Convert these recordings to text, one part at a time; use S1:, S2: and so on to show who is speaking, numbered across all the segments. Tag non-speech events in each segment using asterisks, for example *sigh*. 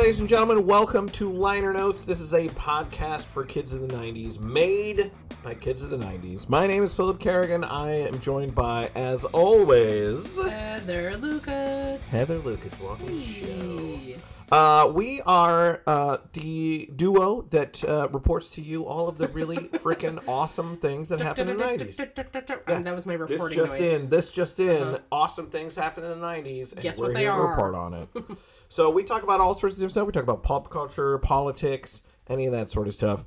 S1: Ladies and gentlemen, welcome to Liner Notes. This is a podcast for kids of the 90s, made by kids of the 90s. My name is Philip Kerrigan. I am joined by, as always,
S2: Heather Lucas.
S1: Heather Lucas walking the
S2: Hey.
S1: show. Uh, we are uh, the duo that uh, reports to you all of the really freaking awesome things that happened in the
S2: *laughs*
S1: 90s.
S2: Um, That was my
S1: This
S2: reporting
S1: just
S2: noise. Uh-huh.
S1: in, this just in, awesome things happened in the 90s, and
S2: Guess
S1: we're
S2: what they
S1: here to
S2: are.
S1: report on it. so we talk about all sorts of different stuff. We talk about pop culture, politics, any of that sort of stuff.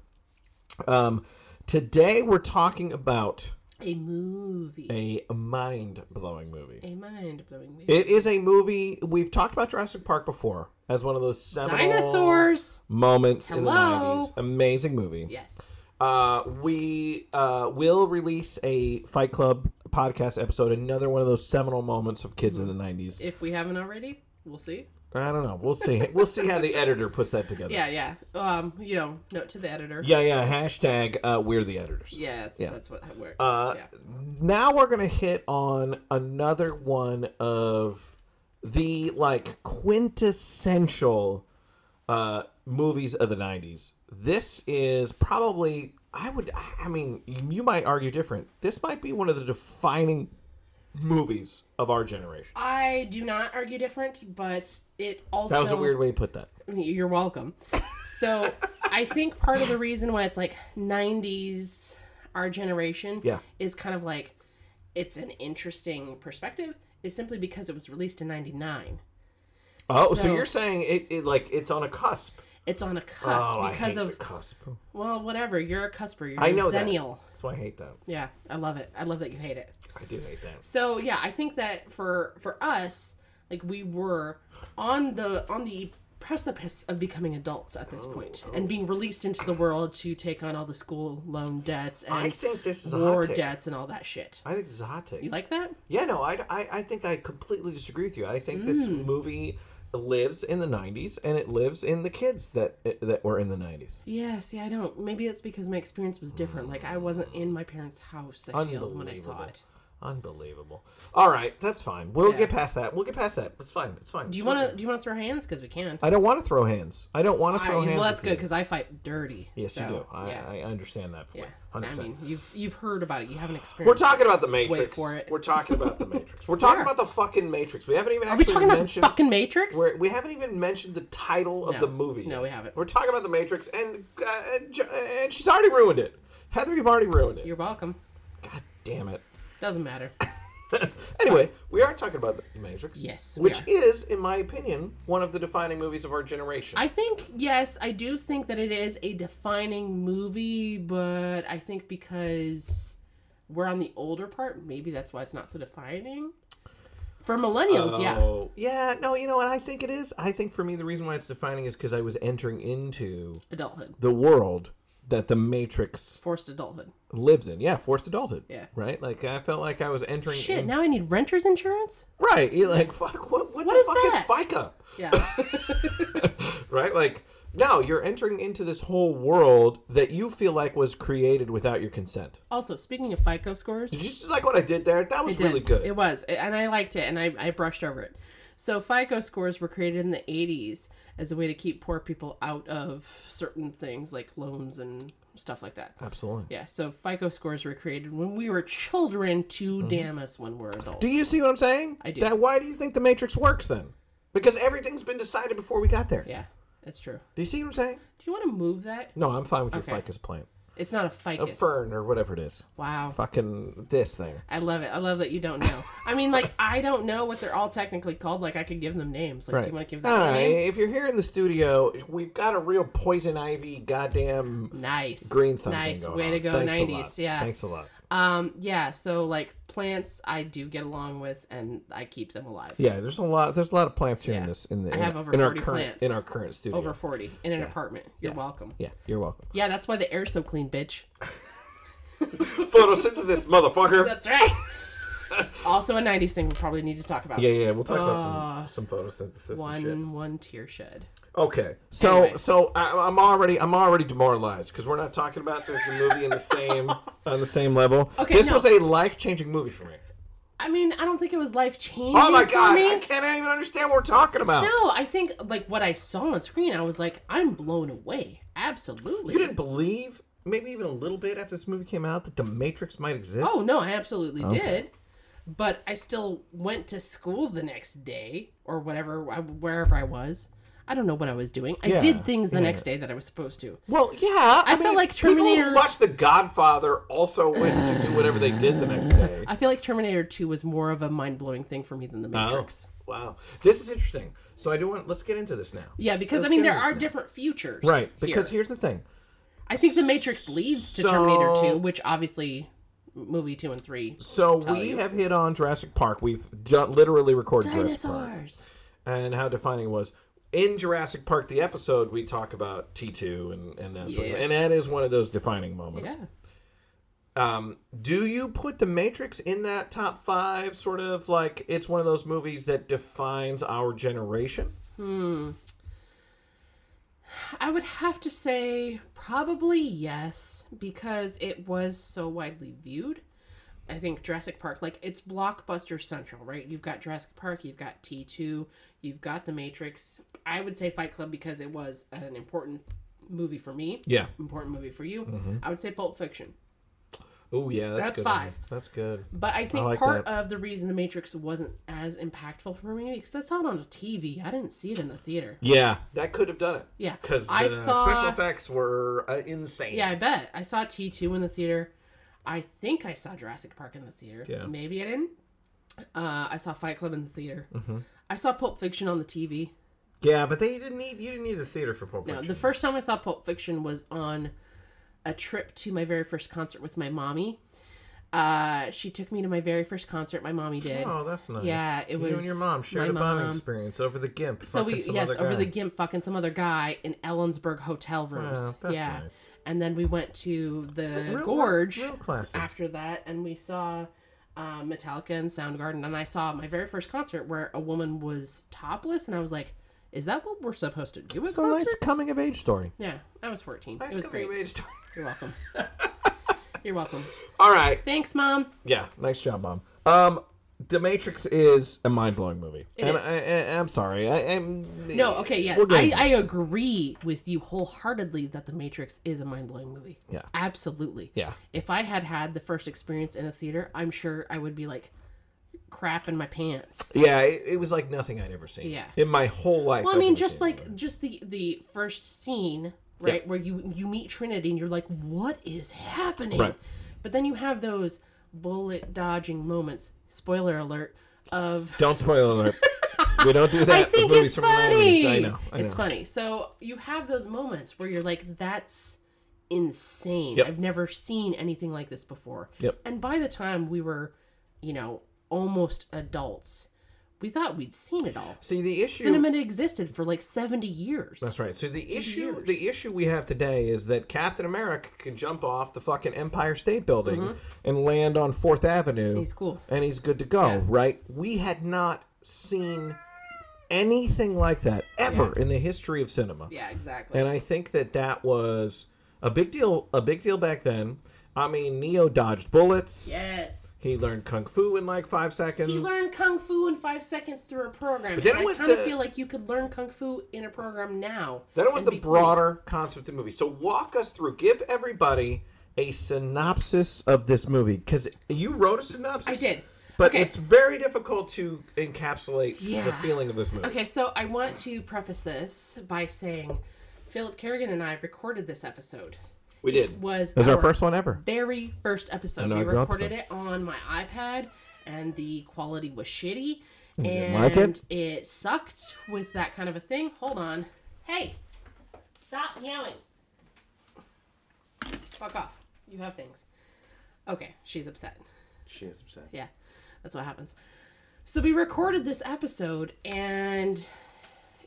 S1: Um, today we're talking about
S2: A movie. A,
S1: a mind-blowing movie.
S2: mind blowing movie.
S1: It is a movie, we've talked about Jurassic Park before as one of those seminal
S2: Dinosaurs.
S1: moments in the
S2: Hello?
S1: 90s. Amazing movie.
S2: Yes.
S1: Uh, we uh, will release a Fight Club podcast episode, another one of those seminal moments of kids in the 90s.
S2: If we haven't already, we'll see.
S1: I don't know. We'll see. we'll see how the editor puts that together.
S2: Yeah, yeah. Um, you know, note to the editor.
S1: yeah. yeah. Hashtag uh, we're the editors.
S2: Yes, that's what that works.
S1: Uh,
S2: yeah.
S1: Now we're going to hit on another one of the like quintessential uh, movies of the 90s. This is probably, I would, I mean, you might argue different. This might be one of the defining movies of our generation.
S2: I do not argue different, but it also
S1: That was a weird way to put that.
S2: You're welcome. So I think part of the reason why it's like 90s, our generation,
S1: Yeah.
S2: is kind of like it's an interesting perspective, is simply because it was released in 99.
S1: Oh, so,
S2: So-
S1: you're saying it, it like it's on a cusp.
S2: It's on a cusp
S1: oh, I
S2: because
S1: hate
S2: of,
S1: the cusp.
S2: well, whatever. You're a cusper. You're
S1: I
S2: a
S1: know that.
S2: zennial.
S1: That's why I hate that.
S2: Yeah, I love it. I love that you hate it.
S1: I do hate that.
S2: So yeah, I think that for for us, like we were on the on the precipice of becoming adults at
S1: Oh,
S2: this point and being released into the world to take on all the school loan debts
S1: I
S2: and
S1: think this is a
S2: war
S1: hot take.
S2: debts and all that shit.
S1: I think this is a hot take.
S2: You like that?
S1: Yeah, no, I, I, I think I completely disagree with you. I think this
S2: Mm.
S1: movie lives in the 90s and it lives in the kids that eh, that were in the 90s.
S2: Yeah, see, I don't. Maybe it's because my experience was different. Like I wasn't in my parents' house. I feel when I saw
S1: Unbelievable.
S2: it.
S1: Unbelievable. All right, that's fine. We'll
S2: Yeah.
S1: get past that. We'll get past that. It's fine. It's fine.
S2: Do you want to? Do you want to throw hands? Because we can.
S1: I don't want to throw hands. I don't want to
S2: I,
S1: throw hands.
S2: well, that's
S1: with
S2: good
S1: you.
S2: because I fight dirty.
S1: Yes,
S2: so,
S1: you do. I,
S2: yeah,
S1: I understand that for
S2: yeah.
S1: you.
S2: I
S1: 100%.
S2: mean, you've you've heard about it. You haven't experienced.
S1: we're talking about the Matrix.
S2: for it.
S1: We're talking about
S2: *laughs*
S1: the Matrix. We're talking
S2: Yeah.
S1: about the fucking Matrix. We haven't even
S2: Are we
S1: actually
S2: talking about the
S1: mentioned
S2: fucking Matrix?
S1: We're, we haven't even mentioned the title of
S2: No.
S1: the movie.
S2: No,
S1: yet.
S2: we haven't.
S1: We're talking about The Matrix, and uh, and J- and she's already ruined it. Heather, you've already ruined it.
S2: You're welcome.
S1: God damn it. *laughs*
S2: Doesn't matter.
S1: Anyway, we are talking about The Matrix.
S2: Yes, we
S1: Which
S2: are.
S1: is, in my opinion, one of the defining movies of our generation.
S2: I think yes, I do think that it is a defining movie, but I think because we're on the older part, maybe that's why it's not so defining. For millennials, yeah.
S1: Oh, yeah, no, you know what I think it is? I think for me, the reason why it's defining is because I was entering into
S2: Adulthood.
S1: the world that The Matrix
S2: Forced adulthood.
S1: lives in. Yeah, forced adulthood.
S2: Yeah.
S1: Right? Like, I felt like I was entering
S2: Shit,
S1: in-
S2: now I need renter's insurance?
S1: Right. You're like, fuck, what, what,
S2: What
S1: the
S2: is
S1: fuck
S2: that?
S1: is FICA?
S2: Yeah.
S1: *laughs* right? Like, now you're entering into this whole world that you feel like was created without your consent.
S2: also, speaking of FICO scores,
S1: Did you see, like what I did there? That was
S2: did.
S1: really good.
S2: It was, and I liked it, and I, I brushed over it. So FICO scores were created in the '80s as a way to keep poor people out of certain things like loans and stuff like that.
S1: Absolutely.
S2: Yeah, so FICO scores were created when we were children to damn us when we're adults.
S1: Mm-hmm. Do you see what I'm saying? I
S2: do.
S1: That, why do you think the Matrix works then? Because everything's been decided before we got there.
S2: yeah, that's true.
S1: Do you see what I'm saying?
S2: Do you want to move that?
S1: No, I'm fine with your
S2: Okay.
S1: ficus plant.
S2: It's not a
S1: A
S2: ficus.
S1: fern or whatever it is.
S2: Wow,
S1: Fucking this thing.
S2: I love it. I love that you don't know. I mean, like I don't know what they're all technically called. Like I could give them names. Like, do you want to give that
S1: All
S2: a
S1: right,
S2: name?
S1: If you're here in the studio, we've got a real poison ivy, goddamn
S2: Nice.
S1: green thumb. thing
S2: Nice
S1: going
S2: way to
S1: on.
S2: go,
S1: Thanks a lot.
S2: '90s. Yeah.
S1: Thanks a lot.
S2: Um, yeah, so like plants I do get along with and I keep them alive.
S1: Yeah, there's a lot. There's a lot of plants here in
S2: Yeah.
S1: this. In the
S2: I
S1: in,
S2: have over
S1: in our
S2: 40
S1: current
S2: plants.
S1: in our current studio.
S2: Over 40 in an apartment. You're welcome.
S1: yeah, you're welcome.
S2: Yeah, that's why the air's so clean, bitch.
S1: Photosynthesis, motherfucker.
S2: That's *laughs* right. also a 90s thing we probably need to talk about.
S1: Yeah, yeah. We'll talk about some some photosynthesis
S2: Uh, One
S1: and shit.
S2: one tear shed.
S1: Okay, so
S2: Anyway.
S1: so I, I'm already I'm already demoralized because we're not talking
S2: *laughs*
S1: about the, the movie in the same on the same level.
S2: Okay,
S1: this
S2: no.
S1: was a life changing movie for me.
S2: I mean, I don't think it was life changing.
S1: Oh my
S2: for
S1: god,
S2: me.
S1: I can't even understand what we're talking about.
S2: No, I think like what I saw on screen, I was like, I'm blown away. Absolutely.
S1: You didn't believe, maybe even a little bit after this movie came out, that the Matrix might exist.
S2: Oh no, I absolutely did. But I still went to school the next day or whatever, I- wherever I was. I don't know what I was doing. I
S1: Yeah,
S2: did things the
S1: yeah.
S2: next day that I was supposed to.
S1: Well, yeah. I,
S2: felt like
S1: People
S2: Terminator-
S1: who watched The Godfather also went to do whatever they did the next
S2: *sighs*
S1: day.
S2: I feel like Terminator 2 was more of a mind blowing thing for me than The Matrix.
S1: Oh, wow, this is interesting. So I do want. Let's get into this now.
S2: Yeah, because
S1: Let's
S2: I mean,
S1: get
S2: there
S1: into
S2: are
S1: this
S2: different futures.
S1: now. right. Because
S2: here.
S1: here's the thing.
S2: I think The Matrix leads to
S1: So-
S2: Terminator 2, which obviously movie 2 and 3.
S1: So we have hit on Jurassic Park. We've done, literally recorded Jurassic Park.
S2: Dinosaurs.
S1: and how defining it was. In Jurassic Park, the episode, we talk about T2 and, and that sort of
S2: Yeah.
S1: And that is one of those defining moments.
S2: Yeah.
S1: Um, do you put The Matrix in that top five, sort of like it's one of those movies that defines our generation?
S2: I would have to say probably yes because it was so widely viewed. I think Jurassic Park, like it's blockbuster central, right? You've got Jurassic Park, you've got T2, you've got The Matrix. I would say Fight Club because it was an important movie for me,
S1: Yeah. Mm-hmm.
S2: important movie for you. I would say Pulp Fiction.
S1: Oh, yeah. That's,
S2: That's
S1: good on
S2: five.
S1: you. That's good.
S2: But I think
S1: like
S2: part
S1: that.
S2: of the reason The Matrix wasn't as impactful for me because I saw it on a TV. I didn't see it in the theater.
S1: Yeah. That could have done it.
S2: Yeah.
S1: Because the
S2: I saw
S1: special effects were uh, insane.
S2: Yeah, I bet. I saw T2 in the theater. I think I saw Jurassic Park in the theater.
S1: Yeah.
S2: Maybe I didn't. Uh, I saw Fight Club in the theater.
S1: Mm-hmm.
S2: I saw Pulp Fiction on the TV.
S1: Yeah, but they didn't need you didn't need the theater for Pulp
S2: No,
S1: Fiction.
S2: the first time I saw Pulp Fiction was on a trip to my very first concert with my mommy. Uh, she took me to my very first concert my mommy did.
S1: oh, that's nice.
S2: Yeah, it was
S1: you and your mom shared
S2: my
S1: a bonding
S2: mom.
S1: experience over the gimp.
S2: So
S1: fucking
S2: we
S1: some
S2: yes
S1: other
S2: over
S1: guy.
S2: the gimp fucking some other guy in Ellensburg hotel rooms.
S1: Oh, that's
S2: yeah,
S1: nice.
S2: and then we went to the
S1: Real-
S2: gorge.
S1: real classic.
S2: after that and we saw uh, metallica and soundgarden and i saw my very first concert where a woman was topless and i was like is that what we're supposed to do at
S1: So nice
S2: concerts
S1: coming of age story.
S2: yeah i was 14
S1: Nice
S2: it was
S1: coming
S2: great
S1: of age story. *laughs*
S2: you're welcome you're welcome
S1: All right.
S2: thanks mom
S1: Yeah. Nice job, mom. Um, The Matrix is a mind blowing movie. and
S2: is.
S1: I, I, I'm sorry. I, am
S2: no okay yeah
S1: We're
S2: I,
S1: getting
S2: I agree with you wholeheartedly that the matrix is a mind-blowing movie
S1: Yeah.
S2: absolutely
S1: Yeah.
S2: if i had had the first experience in a theater i'm sure i would be like crap in my pants
S1: Yeah. It, it was like nothing I'd ever seen.
S2: Yeah.
S1: In my whole life.
S2: Well, I
S1: I've
S2: mean,
S1: never
S2: just
S1: seen
S2: like just the the first scene, right, where you you meet Trinity and you're like, "What is happening?"
S1: Right.
S2: But then you have those bullet dodging moments. Spoiler alert of.
S1: Don't spoil
S2: *laughs*
S1: alert. we don't do that.
S2: I
S1: with
S2: think
S1: movies
S2: it's
S1: from the 90s.
S2: funny.
S1: I know. I
S2: it's
S1: know.
S2: funny. So you have those moments where you're like, "That's insane.
S1: Yep.
S2: I've never seen anything like this before."
S1: Yep.
S2: And by the time we were, you know, almost adults, we thought we'd seen it all.
S1: See the issue.
S2: Cinema had existed for like seventy years.
S1: That's right. So the issue the issue we have today is that Captain America can jump off the fucking Empire State Building and land on Fourth Avenue.
S2: Mm-hmm. He's cool.
S1: And he's good to go, right? We had not seen anything like that ever in the history of cinema.
S2: Yeah, exactly.
S1: And I think that that was a big deal a big deal back then. I mean, Neo dodged bullets.
S2: yes.
S1: He learned kung fu in like 5 seconds.
S2: You learn kung fu in five seconds through a program.
S1: then
S2: and
S1: it
S2: I
S1: was
S2: kind of
S1: the-
S2: feel like you could learn kung fu in a program now.
S1: Then it was
S2: and
S1: the
S2: be
S1: broader concept of the movie. So walk us through. Give everybody a synopsis of this movie because you wrote a synopsis.
S2: I did.
S1: but
S2: Okay.
S1: it's very difficult to encapsulate the
S2: Yeah.
S1: feeling of this movie.
S2: Okay, so I want to preface this by saying Philip Kerrigan and I recorded this episode.
S1: We did.
S2: It was
S1: That's our first one ever.
S2: very first episode.
S1: know,
S2: We
S1: every
S2: recorded it on my iPad, and the quality was shitty. And
S1: like it?
S2: it sucked with that kind of a thing. Hold on. Hey, stop yelling. Fuck off. You have things. Okay, she's upset.
S1: She is upset.
S2: Yeah, that's what happens. So we recorded this episode, and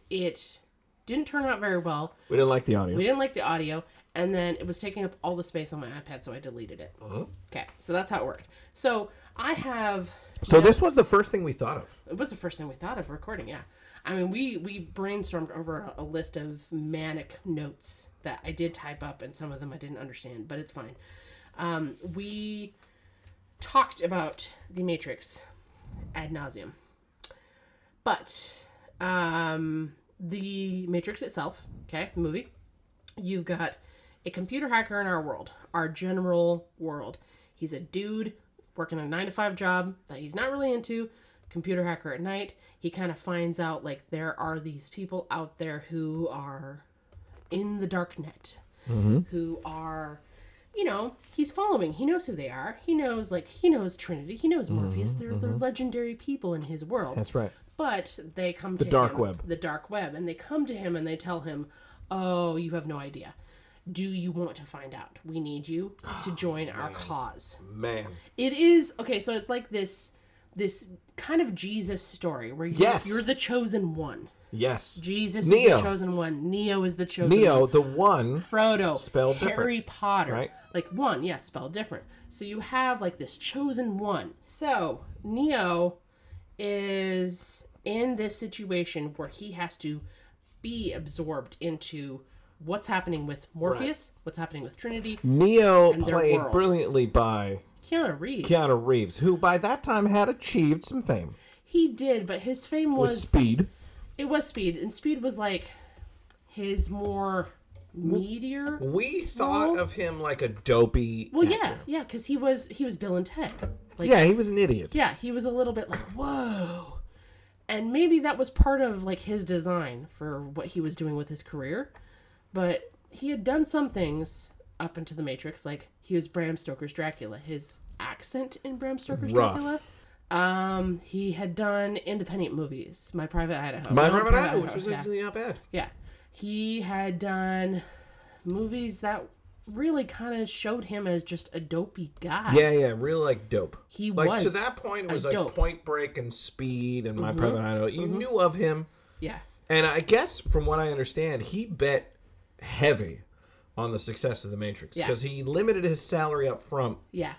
S2: it didn't turn out very well.
S1: We didn't like the audio.
S2: We didn't like the audio, and then it was taking up all the space on my iPad, so I deleted it.
S1: Uh-huh.
S2: Okay, so that's how it worked. So I have.
S1: so this
S2: notes-
S1: was the first thing we thought of.
S2: It was the first thing we thought of recording. Yeah, I mean, we we brainstormed over a, a list of manic notes that I did type up, and some of them I didn't understand, but it's fine. Um, we talked about the Matrix ad nauseum. But um, the Matrix itself, okay, the movie, you've got a computer hacker in our world, our general world. He's a dude working a nine to five job that he's not really into, computer hacker at night. He kind of finds out like there are these people out there who are in the dark net, who are, you know, he's following. He knows who they are. He knows like he knows Trinity. He knows Morpheus. They're they're legendary people in his world.
S1: That's right.
S2: But they come the to
S1: dark
S2: him-
S1: web.
S2: the dark web, and they come to him and they tell him, "Oh, you have no idea. Do you want to find out? We need you
S1: *gasps*
S2: to join our cause."
S1: Man.
S2: It is okay. So it's like this, this kind of Jesus story where you,
S1: Yes.
S2: you're the chosen one.
S1: Yes.
S2: Jesus
S1: Neo.
S2: is the chosen one. Neo is the chosen one.
S1: Neo, the one.
S2: Frodo,
S1: Spelled
S2: Harry Potter,
S1: right?
S2: like one, yes, spelled different. So you have like this chosen one. So Neo is in this situation where he has to be absorbed into what's happening with Morpheus, what's happening with Trinity,
S1: Neo
S2: their
S1: played
S2: world.
S1: brilliantly by
S2: Keanu Reeves.
S1: Keanu Reeves, who by that time had achieved some fame.
S2: He did, but his fame
S1: With
S2: was
S1: speed.
S2: it was Speed, and Speed was like his more meteor.
S1: We thought of him like a dopey.
S2: Well, yeah, yeah, because he was he was Bill and Ted. Like
S1: Yeah, he was an idiot.
S2: yeah, he was a little bit like, whoa. And maybe that was part of like his design for what he was doing with his career. But he had done some things up into the Matrix, like he was Bram Stoker's Dracula. His accent in Bram Stoker's
S1: Rough.
S2: Dracula. Um, he had done independent movies, My Private Idaho.
S1: My
S2: Not
S1: Robert Idaho, which was
S2: yeah.
S1: actually not bad.
S2: yeah. He had done movies that really kind of showed him as just a dopey guy.
S1: Yeah, yeah, real like dope.
S2: He
S1: like to
S2: was
S1: that point it was
S2: a
S1: like
S2: dope. Mm-hmm.
S1: Point Break and Speed and My Brother Idaho. You knew of him,
S2: Yeah.
S1: and I guess from what I understand, he bet heavy on the success of the Matrix
S2: Yeah.
S1: because he limited his salary up front
S2: Yeah.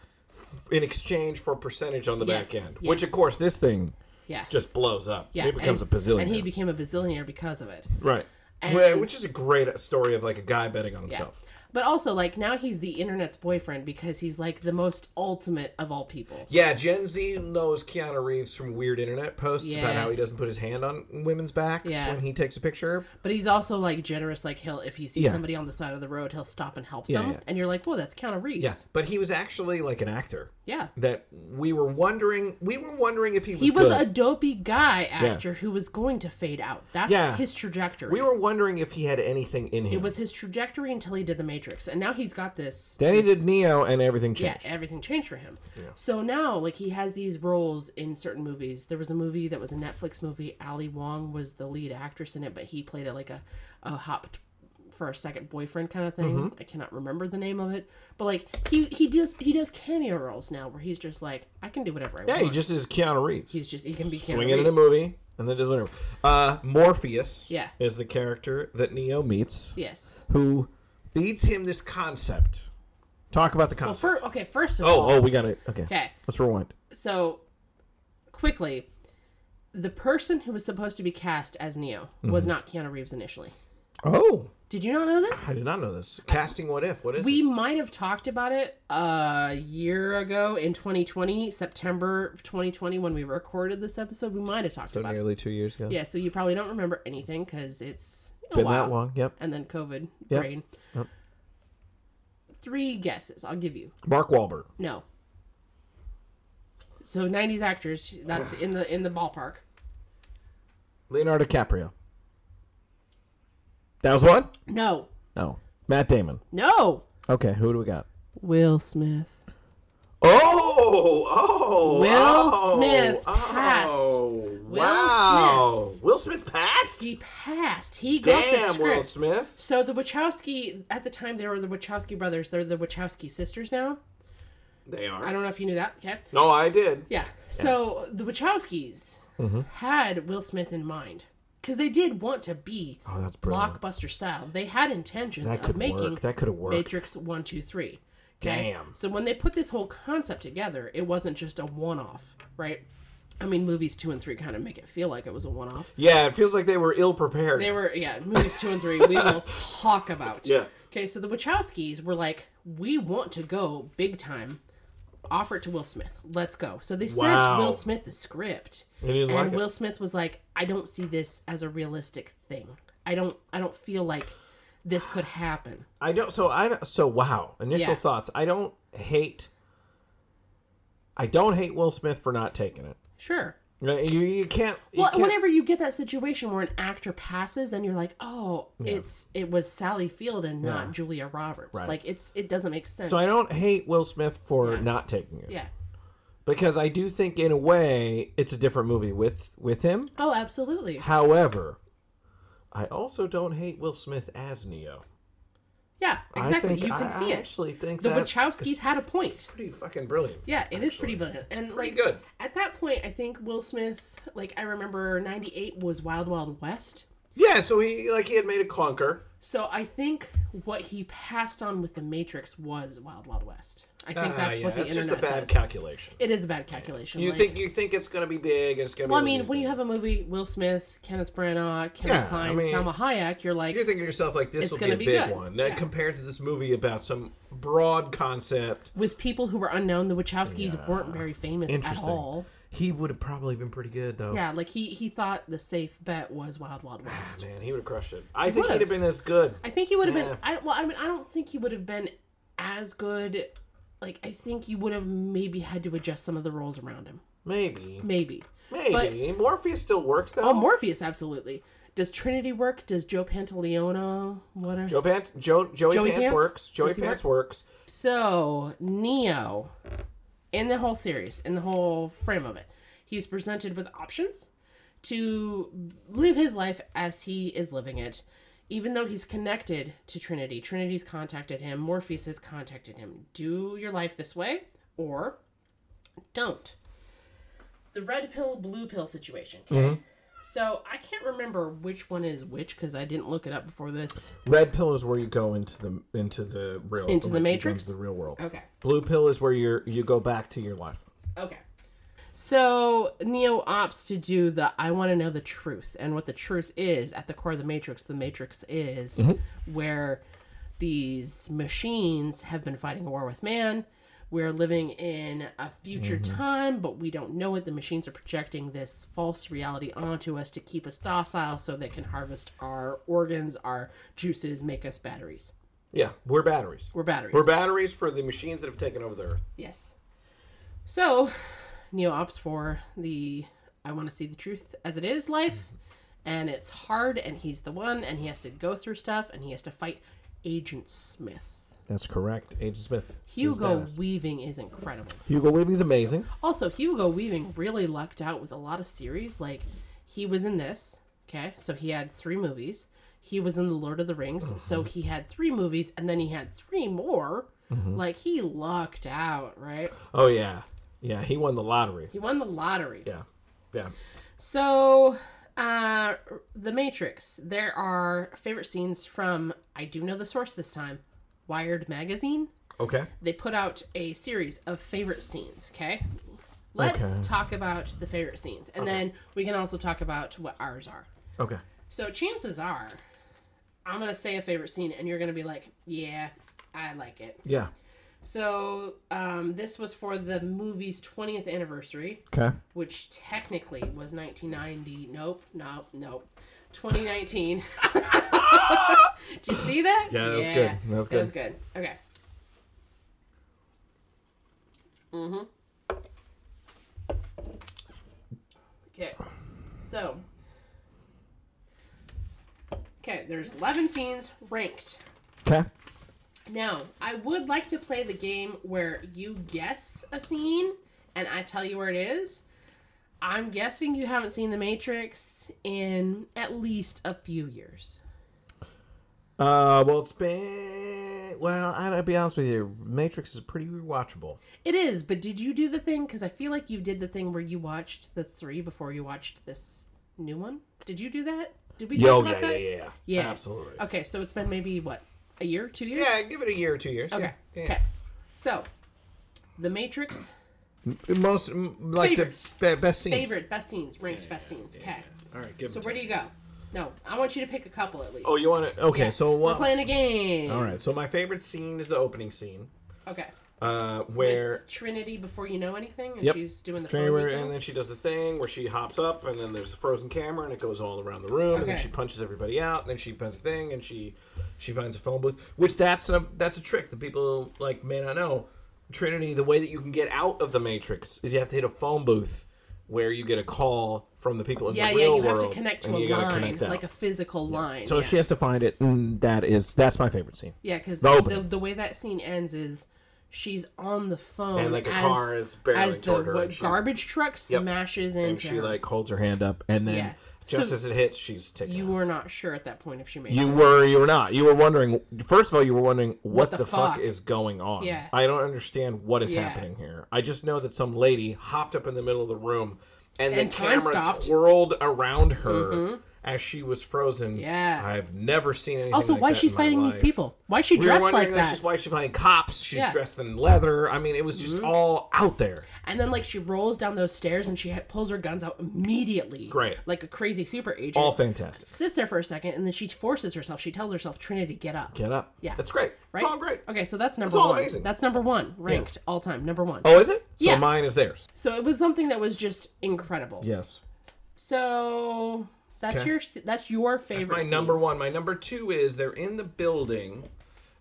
S1: in exchange for percentage on the
S2: Yes,
S1: back end, which
S2: yes.
S1: of course this thing
S2: Yeah.
S1: just blows up.
S2: Yeah,
S1: it becomes
S2: and-
S1: a bazillion.
S2: And he became a bazillionaire because of it.
S1: right.
S2: and-
S1: which is a great story of like a guy betting on
S2: Yeah.
S1: himself.
S2: But also, like, now he's the internet's boyfriend because he's like the most ultimate of all people.
S1: Yeah, Gen Z knows Keanu Reeves from weird internet posts about
S2: Yeah.
S1: how he doesn't put his hand on women's backs
S2: Yeah.
S1: when he takes a picture.
S2: But he's also like generous. Like, he'll, if he sees
S1: Yeah.
S2: somebody on the side of the road, he'll stop and help
S1: Yeah,
S2: them.
S1: yeah.
S2: And you're like, whoa, that's Keanu Reeves.
S1: Yeah, but he was actually like an actor
S2: Yeah.
S1: that we were wondering. We were wondering if he was.
S2: He was
S1: good.
S2: a dopey guy actor who was going to fade out. That's
S1: Yeah.
S2: his trajectory.
S1: We were wondering if he had anything in him.
S2: it was his trajectory until he did The Matrix. And now he's got this.
S1: Then he
S2: this-
S1: did Neo, and everything changed.
S2: Yeah, everything changed for him. So now, like, he has these roles in certain movies. There was a movie that was a Netflix movie. Ali Wong was the lead actress in it, but he played it like a, a hopped for a second boyfriend kind of thing.
S1: Mm-hmm.
S2: I cannot remember the name of it, but like he he does he does cameo roles now where he's just like I can do whatever I
S1: Yeah,
S2: want.
S1: he just is Keanu Reeves.
S2: he's just he can be
S1: swinging
S2: Keanu
S1: in a
S2: Reeves.
S1: movie, and then just wondering. uh, Morpheus.
S2: Yeah.
S1: is the character that Neo meets,
S2: Yes.
S1: who feeds him this concept. Talk about the
S2: Well,
S1: concept.
S2: first okay, first of all,
S1: oh, oh, we got it. Okay.
S2: okay.
S1: Let's rewind.
S2: so quickly the person who was supposed to be cast as neo was
S1: Mm-hmm.
S2: not keanu reeves initially
S1: Oh,
S2: did you not know this
S1: I did not know this. Casting what if? What is
S2: we
S1: this?
S2: might have talked about it a year ago in 2020 september of 2020 when we recorded this episode we might have talked about it
S1: nearly two years ago?
S2: yeah so you probably don't remember anything because it's a
S1: Been
S2: while.
S1: that long. Yep.
S2: and then covid
S1: Yep.
S2: brain three guesses i'll give you
S1: Mark Wahlberg.
S2: no so 90s actors that's in the in the ballpark
S1: Leonardo DiCaprio. That was one?
S2: no
S1: No. Matt Damon.
S2: no
S1: Okay, who do we got?
S2: Will Smith.
S1: Oh, oh.
S2: Will
S1: oh,
S2: Smith
S1: oh,
S2: passed.
S1: Wow. Will Smith passed?
S2: He passed. He got the
S1: Damn,
S2: script.
S1: Will Smith.
S2: So the Wachowski at the time they were the Wachowski brothers. They're the Wachowski sisters now.
S1: They
S2: I
S1: are.
S2: don't know if you knew that. Okay.
S1: No, I did.
S2: Yeah. So the Wachowskis
S1: Mm-hmm.
S2: had Will Smith in mind because they did want to be
S1: Oh, that's brilliant.
S2: blockbuster style. They had intentions
S1: That
S2: of
S1: could
S2: making
S1: work. That could have worked.
S2: Matrix One, Two, Three. Okay?
S1: Damn.
S2: So when they put this whole concept together, it wasn't just a one-off, right? I mean, movies two and three kind of make it feel like it was a one-off.
S1: Yeah, it feels like they were ill prepared.
S2: They were, yeah, movies two and three,
S1: *laughs*
S2: we will talk about.
S1: Yeah.
S2: Okay, so the Wachowskis were like, we want to go big time offer it to Will Smith. Let's go. So they
S1: Wow.
S2: sent Will Smith the script,
S1: He didn't
S2: and
S1: like it.
S2: Will Smith was like, "I don't see this as a realistic thing. I don't. I don't feel like this could happen."
S1: I don't. So I. don't- So wow. Initial
S2: Yeah.
S1: thoughts. I don't hate. I don't hate Will Smith for not taking it. Uh,
S2: Sure.
S1: You, you can't. You
S2: Well,
S1: can't-
S2: whenever you get that situation where an actor passes and you're like, "Oh, it's it was Sally Field and not Julia Roberts,"
S1: Right.
S2: like it's it doesn't make sense.
S1: So I don't hate Will Smith for not taking it
S2: Yeah.
S1: because I do think in a way it's a different movie with with him.
S2: Oh, absolutely.
S1: However, I also don't hate Will Smith as Neo.
S2: Yeah,
S1: I
S2: exactly.
S1: think-
S2: you
S1: I-
S2: can see
S1: I
S2: it.
S1: actually think
S2: The
S1: that
S2: Wachowskis had a point.
S1: pretty fucking brilliant.
S2: Yeah, it is pretty brilliant. And
S1: Pretty
S2: like
S1: good.
S2: at that point, I think Will Smith, like I remember 98 was Wild Wild West.
S1: Yeah. So he like he had made a clunker.
S2: So I think what he passed on with The Matrix was Wild Wild West. I think
S1: Ah,
S2: that's
S1: yeah,
S2: what the
S1: that's just a
S2: internet
S1: bad
S2: says.
S1: calculation.
S2: it is a bad calculation.
S1: You
S2: like-
S1: think you think it's gonna be big? and It's gonna.
S2: Well, I
S1: be
S2: mean,
S1: these
S2: when you
S1: things.
S2: have a movie, Will Smith, Kenneth Branagh, Kevin
S1: Yeah, I
S2: Kline,
S1: mean-
S2: Salma Hayek, you're like,
S1: You're thinking to yourself like this
S2: It's
S1: will be
S2: gonna
S1: a
S2: be
S1: big
S2: good.
S1: one. Now,
S2: Yeah.
S1: Compared to this movie about some broad concept,
S2: with people who were unknown, the Wachowskis weren't very famous at
S1: Interesting.
S2: all.
S1: he would have probably been pretty good though.
S2: Yeah, like he he thought the safe bet was Wild Wild West.
S1: Man, he would have crushed it. I think he'd
S2: would've.
S1: have been as good.
S2: I think he would have
S1: Yeah.
S2: been. I well, I mean, I don't think he would have been as good. Like I think you would have maybe had to adjust some of the roles around him.
S1: Maybe,
S2: Maybe.
S1: maybe Morpheus still works though.
S2: Oh, Morpheus, absolutely. Does Trinity work? Does Joe Pantoliano? What are
S1: Joe Pants, Joe, Joey,
S2: Joey
S1: Pants,
S2: Pants?
S1: works. Joey
S2: Does he
S1: Pants works.
S2: so Neo? In the whole series, in the whole frame of it, he's presented with options to live his life as he is living it. Even though he's connected to Trinity, Trinity's contacted him, Morpheus has contacted him. Do your life this way or don't. The red pill, blue pill situation. Okay. So I can't remember which one is which because I didn't look it up before this.
S1: Red pill is where you go into the into the real
S2: Into the
S1: like,
S2: Matrix? Oh.
S1: into the real world.
S2: Okay.
S1: Blue pill is where you're you go back to your life.
S2: Okay. So Neo opts to do the I want to know the truth. And what the truth is at the core of the Matrix, the Matrix is where these machines have been fighting a war with man. We're living in a future time, but we don't know it. The machines are projecting this false reality onto us to keep us docile so they can harvest our organs, our juices, make us batteries.
S1: Yeah, we're batteries.
S2: We're batteries.
S1: We're batteries for the machines that have taken over the earth.
S2: Yes. So, Neo opts for the I want to see the truth as it is life, and it's hard, and he's the one, and he has to go through stuff, and he has to fight Agent Smith.
S1: That's correct. Agent Smith.
S2: Hugo Weaving is incredible.
S1: Hugo Weaving's amazing.
S2: Also, Hugo Weaving really lucked out with a lot of series. Like, he was in this, okay? So he had three movies. He was in The Lord of the Rings, so he had three movies, and then he had three more. Like, he lucked out, right?
S1: Oh yeah, yeah. He won the lottery.
S2: He won the lottery.
S1: Yeah, yeah.
S2: So, uh, The Matrix. There are favorite scenes from, I do know the source this time, Wired Magazine.
S1: Okay.
S2: They put out a series of favorite scenes, okay? Let's
S1: Okay.
S2: talk about the favorite scenes. And then we can also talk about what ours are.
S1: Okay.
S2: So, chances are, I'm going to say a favorite scene and you're going to be like, yeah, I like it.
S1: Yeah.
S2: So, um, this was for the movie's 20th anniversary
S1: Okay.
S2: which technically was 1990. Nope, nope, nope. *laughs* 2019. Did you see that?
S1: Yeah, that was good. That was
S2: That was good. Okay. Mhm. Okay. So. Okay, there's 11 scenes ranked.
S1: Okay.
S2: Now, I would like to play the game where you guess a scene and I tell you where it is. I'm guessing you haven't seen The Matrix in at least a few years.
S1: Uh, well, it's been. Well, I gotta be honest with you. Matrix is pretty rewatchable.
S2: It is, but did you do the thing? Because I feel like you did the thing where you watched the three before you watched this new one. Did you do that? Did we talk
S1: Oh,
S2: about that?
S1: yeah,
S2: Yeah.
S1: absolutely.
S2: Okay, so it's been maybe what a year, two years?
S1: Yeah, give it a year or two years.
S2: Okay.
S1: Yeah.
S2: Okay. So, The Matrix
S1: Yeah. Most mm, like
S2: Favorites.
S1: the be- best scenes.
S2: favorite best scenes ranked best scenes. Okay.
S1: All right, give
S2: So
S1: it.
S2: where do you go? No, I want you to pick a couple at least.
S1: Oh, you want to? Okay, so
S2: We're
S1: what?
S2: playing a game.
S1: All right, so my favorite scene is the opening scene.
S2: Okay.
S1: uh, where
S2: It's Trinity before you know anything, and
S1: Yep.
S2: she's doing the phone
S1: January,
S2: music.
S1: and then she does the thing where she hops up, and then there's a frozen camera, and it goes all around the room, and then
S2: Okay.
S1: she punches everybody out, and then she finds a thing, and she she finds a phone booth, which that's a that's a trick that people like may not know. Trinity, the way that you can get out of the Matrix is you have to hit a phone booth where you get a call from the people in
S2: yeah,
S1: the
S2: yeah,
S1: real
S2: you
S1: world,
S2: have to connect to
S1: and
S2: a
S1: you gotta
S2: line,
S1: connect out.
S2: like a physical line.
S1: so
S2: yeah.
S1: she has to find it, and that is that's my favorite scene.
S2: Yeah, because
S1: The
S2: the,
S1: opening.
S2: the, the way that scene ends is she's on the phone
S1: And, like, a
S2: as,
S1: car is barreling
S2: as the
S1: toward her,
S2: what,
S1: and she-
S2: garbage truck smashes into
S1: And she
S2: her.
S1: like holds her hand up, and then
S2: Yeah.
S1: just
S2: So-
S1: as it hits, she's ticking.
S2: you were not sure at that point if she made
S1: You
S2: it.
S1: were, you were not. You were wondering. First of all, you were wondering what, the,
S2: the
S1: fuck?
S2: fuck?
S1: is going on.
S2: Yeah.
S1: I don't understand what is
S2: Yeah.
S1: happening here. I just know that some lady hopped up in the middle of the room, and,
S2: And
S1: the
S2: time
S1: camera
S2: stopped. Mm-hmm.
S1: twirled around her as she was frozen.
S2: Yeah.
S1: I've never seen anything.
S2: Also,
S1: like
S2: why
S1: that
S2: she's
S1: in my
S2: fighting these
S1: life.
S2: people? Why is she
S1: We were
S2: dressed
S1: wondering
S2: like
S1: that's
S2: that?
S1: just why she's fighting cops. She's
S2: Yeah. Mm-hmm.
S1: dressed in leather. I mean, it was just all out there.
S2: And then like she rolls down those stairs and she ha- pulls her guns out immediately,
S1: Great.
S2: like a crazy super agent.
S1: All fantastic.
S2: Sits there for a second and then she forces herself. She tells herself, "Trinity, get up."
S1: Get up.
S2: Yeah.
S1: It's great.
S2: Right?
S1: It's all great.
S2: Okay, so that's number
S1: all
S2: one.
S1: amazing.
S2: That's number one, ranked all time, number one.
S1: Oh, is it?
S2: Yeah.
S1: So mine is theirs.
S2: So it was something that was just incredible.
S1: Yes.
S2: So that's
S1: Okay.
S2: your that's your favorite.
S1: my
S2: scene.
S1: number one. My number two is they're in the building.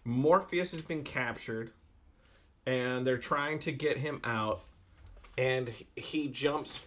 S1: Morpheus has been captured, and they're trying to get him out. And he- he jumps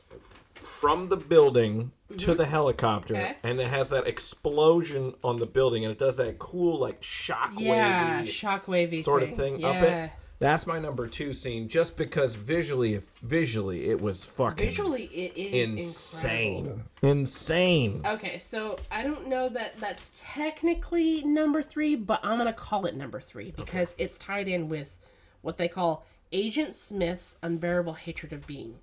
S1: from the building to the helicopter,
S2: Mm-hmm. Okay.
S1: and it has that explosion on the building, and it does that cool like shockwave
S2: Yeah, shockwavy
S1: sort
S2: thing.
S1: of thing
S2: yeah.
S1: up it. That's my number two scene, just because visually, visually, it was fucking
S2: Visually, it is
S1: insane,
S2: incredible.
S1: insane.
S2: Okay, so I don't know that that's technically number three, but I'm gonna call it number three because it's tied in with what they call Agent Smith's unbearable hatred of being,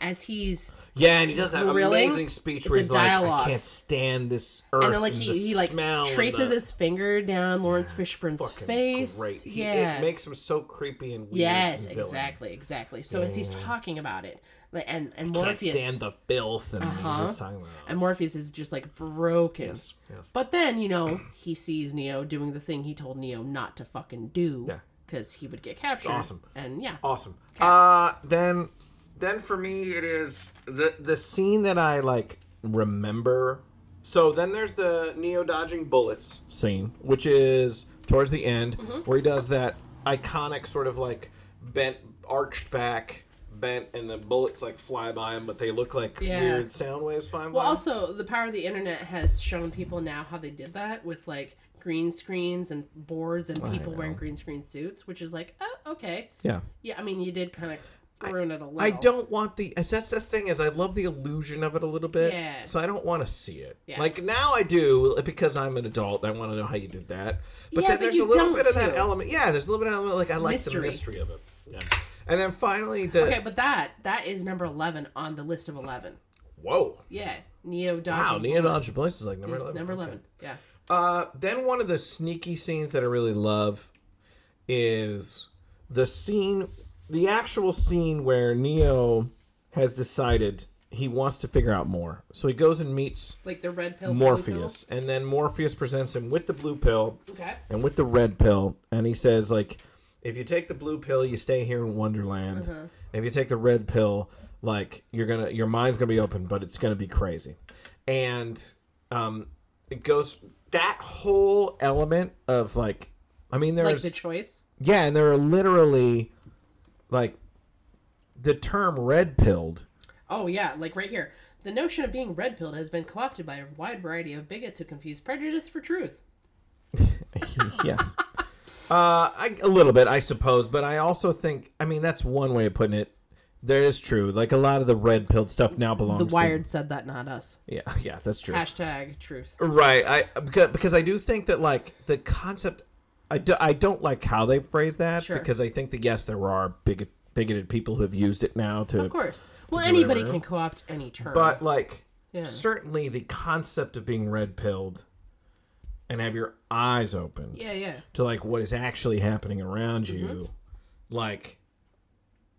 S2: as he's
S1: Yeah, and he does that
S2: Grilling?
S1: amazing speech
S2: It's
S1: where
S2: a
S1: he's like, "I
S2: dialogue.
S1: can't stand this earth."
S2: and then like he,
S1: the
S2: he like
S1: smell and
S2: traces
S1: the
S2: his finger down Lawrence Fishburne's
S1: fucking
S2: face.
S1: Great, He-
S2: Yeah,
S1: it makes him so creepy and weird.
S2: Yes,
S1: and villain. Mm.
S2: exactly, exactly. So as he's talking about it, like, and and
S1: Can't
S2: Morpheus Uh-huh.
S1: stand the filth, and he's just talking about. it.
S2: and Morpheus is just like broken.
S1: yes.
S2: But then you know he sees Neo doing the thing he told Neo not to fucking do.
S1: Yeah.
S2: Because he would get captured.
S1: awesome.
S2: And yeah.
S1: Awesome. Uh, then, then for me, it is the the scene that I like remember. So then there's the Neo dodging bullets scene, which is towards the end
S2: Mm-hmm.
S1: where he does that iconic sort of like bent, arched back, bent, and the bullets like fly by him, but they look like
S2: Yeah.
S1: weird sound waves flying
S2: Well,
S1: by. him.
S2: also the power of the internet has shown people now how they did that with like green screens and boards and people wearing green screen suits, which is like, oh, okay.
S1: yeah.
S2: Yeah, I mean, you did kind of ruin it a little.
S1: I don't want the. as That's the thing is, I love the illusion of it a little bit.
S2: Yeah.
S1: So I don't want to see it.
S2: Yeah.
S1: Like now I do because I'm an adult. I want to know how you did that. But
S2: Yeah,
S1: then
S2: but
S1: there's
S2: you
S1: a little
S2: don't,
S1: bit of that
S2: too.
S1: element. Yeah, there's a little bit of element. Like I like the
S2: Mystery.
S1: mystery of it. Yeah. And then finally the
S2: Okay, but that that is number eleven on the list of eleven.
S1: whoa.
S2: Yeah, Neo dodging.
S1: Wow, Neo Dodge Police is like number eleven.
S2: Number
S1: Okay.
S2: eleven. Yeah.
S1: Uh, then one of the sneaky scenes that I really love is the scene, the actual scene where Neo has decided he wants to figure out more. So he goes and meets
S2: Like the red pill. blue pill.
S1: Morpheus, and then Morpheus presents him with the blue pill
S2: Okay.
S1: and with the red pill, and he says like, if you take the blue pill, you stay here in Wonderland.
S2: Mm-hmm.
S1: If you take the red pill, like you're gonna, your mind's gonna be open, but it's gonna be crazy. And um, it goes that whole element of like, I mean,
S2: Like
S1: there's
S2: the choice.
S1: yeah, and there are literally like the term red pilled.
S2: Oh yeah, like right here. The notion of being red pilled has been co opted by a wide variety of bigots who confuse prejudice for truth.
S1: yeah. *laughs* Uh, I, a little bit, I suppose, but I also think, I mean, that's one way of putting it. There is true. Like a lot of the red pilled stuff now belongs.
S2: The
S1: to-
S2: Wired said that, not us.
S1: yeah, yeah, that's true.
S2: Hashtag truth.
S1: Right. I because, because I do think that like the concept, I, do, I don't like how they phrase that
S2: Sure.
S1: because I think that yes, there are big bigoted people who have used it now to.
S2: Of course. Well,
S1: do
S2: anybody
S1: whatever.
S2: can co opt any term.
S1: But like,
S2: Yeah.
S1: certainly the concept of being red pilled, and have your eyes open.
S2: yeah, yeah.
S1: to like what is actually happening around you
S2: Mm-hmm.
S1: like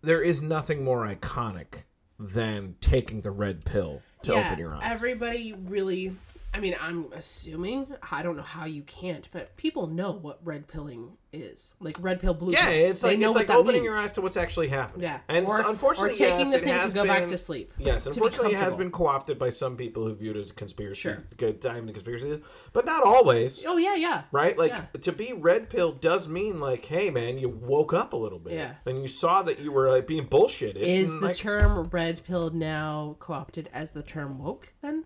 S1: there is nothing more iconic than taking the red pill to
S2: yeah,
S1: open your eyes
S2: Everybody really I mean, I'm assuming. I don't know how you can't, but people know what red pilling is. Like red pill, blue
S1: Yeah,
S2: pill.
S1: it's
S2: They
S1: like
S2: know
S1: it's
S2: what
S1: like
S2: that
S1: opening
S2: means.
S1: your eyes to what's actually happening.
S2: Yeah,
S1: and
S2: or,
S1: so unfortunately,
S2: or taking
S1: yes,
S2: the
S1: it
S2: thing to
S1: has
S2: go back
S1: been-
S2: to sleep.
S1: Yes,
S2: to be
S1: unfortunately, it has
S2: comfortable.
S1: been co-opted by some people who view it as a conspiracy,
S2: Sure.
S1: good time the conspiracy, is, but not always,
S2: Oh yeah, yeah.
S1: right? Like
S2: Yeah.
S1: to be red pill does mean like, hey man, you woke up a little bit,
S2: Yeah.
S1: and you saw that you were like being bullshitted.
S2: Is
S1: and,
S2: the
S1: Mm, like,
S2: term red pill now co-opted as the term woke? Then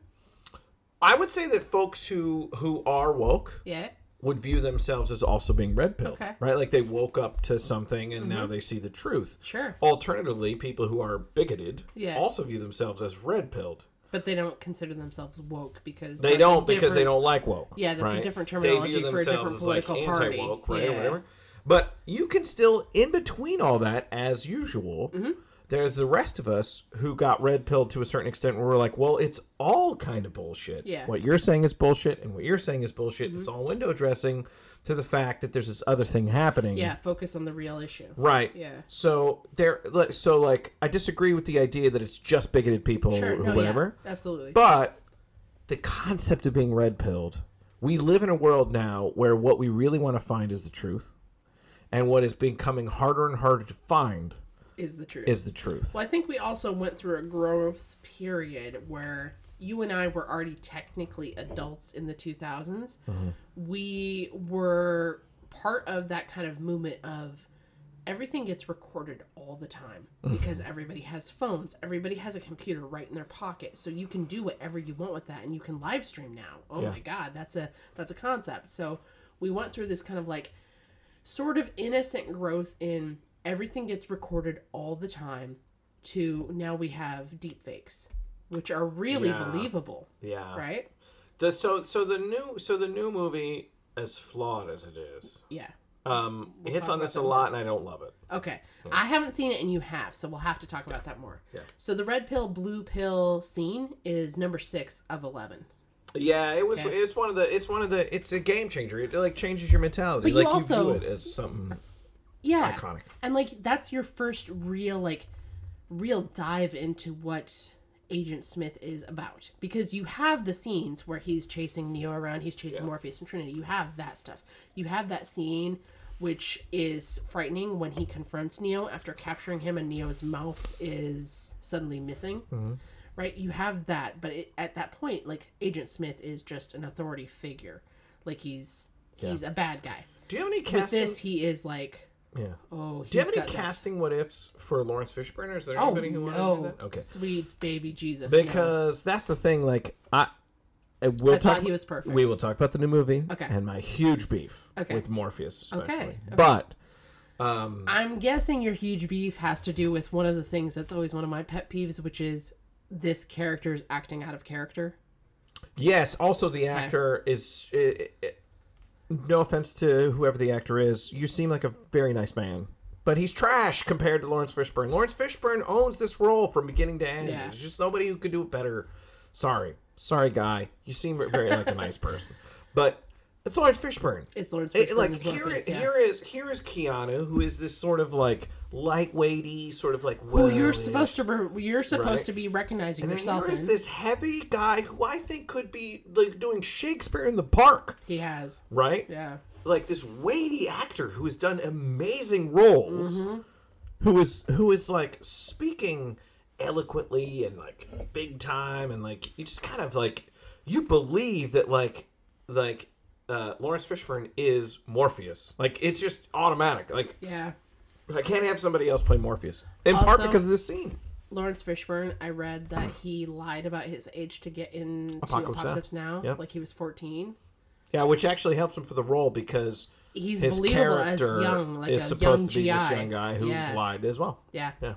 S1: I would say that folks who who are woke
S2: yeah.
S1: would view themselves as also being red pilled,
S2: Okay. Mm-hmm.
S1: right? Like they woke up to something and now they see the truth.
S2: Sure.
S1: Alternatively, people who are bigoted
S2: Yeah.
S1: also view themselves as red pilled.
S2: But they don't consider themselves woke because
S1: They
S2: that's a
S1: don't because they
S2: different-
S1: don't like woke.
S2: Yeah, that's a
S1: right?
S2: different
S1: They
S2: terminology
S1: view
S2: for a different
S1: themselves as, like,
S2: political party.
S1: anti-woke, right, or
S2: Yeah.
S1: whatever. But you can still, in between all that, as usual,
S2: Mm-hmm.
S1: there's the rest of us who got red pilled to a certain extent where we're like, well, it's all kind of bullshit.
S2: Yeah. Mm-hmm.
S1: What you're saying is bullshit, and what you're saying is bullshit. It's all window dressing to the fact that there's this other thing happening.
S2: Yeah, focus on the real issue.
S1: Right.
S2: Yeah.
S1: So there. like, So like, I disagree with the idea that it's just bigoted people
S2: Sure.
S1: or
S2: No,
S1: whatever.
S2: yeah, absolutely.
S1: But the concept of being red pilled, we live in a world now where what we really want to find is the truth, and what is becoming harder and harder to find
S2: is the truth.
S1: is the truth.
S2: Well, I think we also went through a growth period where you and I were already technically adults in the 2000s. We were part of that kind of movement of everything gets recorded all the time because everybody has phones, everybody has a computer right in their pocket, so you can do whatever you want with that and you can live stream now. Oh my god, that's a that's a concept. So we went through this kind of like sort of innocent growth in everything gets recorded all the time to now we have deepfakes, which are really
S1: Yeah.
S2: believable
S1: Yeah.
S2: right
S1: The, so so the new so the new movie, as flawed as it is,
S2: yeah
S1: um, hits
S2: talk
S1: on
S2: about
S1: this a
S2: that
S1: lot, and I don't love it.
S2: okay i haven't seen it and you have so we'll have to talk about that more
S1: Yeah.
S2: so the red pill blue pill scene is number six of 11
S1: Yeah, it was.
S2: Okay.
S1: It's one of the. It's one of the. It's a game changer. It like changes your mentality.
S2: But you
S1: like
S2: also-
S1: you view it as something
S2: yeah
S1: iconic.
S2: and like that's your first real like real dive into what agent smith is about because you have the scenes where he's chasing neo around he's chasing morpheus and trinity you have that stuff you have that scene which is frightening when he confronts neo after capturing him and neo's mouth is suddenly missing right you have that but it, at that point like agent smith is just an authority figure like he's he's a bad guy
S1: Do you have any
S2: with
S1: casting?
S2: this he is like
S1: Yeah.
S2: oh he's
S1: Do you have any
S2: got that
S1: casting what ifs for Lawrence Fishburne? Or is there
S2: Oh
S1: anybody who
S2: no!
S1: wanted to do that? Okay.
S2: sweet baby Jesus. no.
S1: Because that's the thing. Like I, I will
S2: I
S1: talk.
S2: thought he was perfect.
S1: We will talk about the new movie.
S2: Okay.
S1: And my huge beef
S2: Okay.
S1: with Morpheus, especially.
S2: Okay, okay.
S1: But
S2: I'm guessing your huge beef has to do with one of the things that's always one of my pet peeves, which is this character is acting out of character.
S1: yes, also the actor is. i i- no offense to whoever the actor is, you seem like a very nice man. But he's trash compared to Lawrence Fishburne. Lawrence Fishburne owns this role from beginning to end.
S2: Yeah.
S1: There's just nobody who could do it better. Sorry. Sorry, guy. You seem very like a nice person. But it's Lawrence Fishburne.
S2: It's Lawrence
S1: It-
S2: Fishburne.
S1: like
S2: as
S1: here,
S2: Morpheus, yeah.
S1: here is here is Keanu, who is this sort of like lightweighty, sort of like
S2: Well, Oh, you're supposed to re- you're supposed
S1: Right.
S2: to be recognizing
S1: And
S2: yourself.
S1: here is
S2: in-
S1: this heavy guy who I think could be like doing Shakespeare in the Park,
S2: He has,
S1: right?
S2: yeah.
S1: Like this weighty actor who has done amazing roles,
S2: Mm-hmm.
S1: who is who is like speaking eloquently and like big time, and like you just kind of like you believe that like like uh, Lawrence Fishburne is Morpheus. Like it's just automatic. Like
S2: Yeah,
S1: I can't have somebody else play Morpheus. In part
S2: Also-
S1: because of this scene.
S2: Lawrence Fishburne. I read that he lied about his age to get into
S1: Apocalypse
S2: Apocalypse,
S1: Now.
S2: Now.
S1: Yeah.
S2: Like he was 14.
S1: Yeah, which actually helps him for the role because
S2: He's
S1: his
S2: believable as
S1: character
S2: young, like
S1: is
S2: a
S1: supposed
S2: young
S1: to be this
S2: GI.
S1: young guy who
S2: Yeah.
S1: lied as well.
S2: Yeah.
S1: Yeah.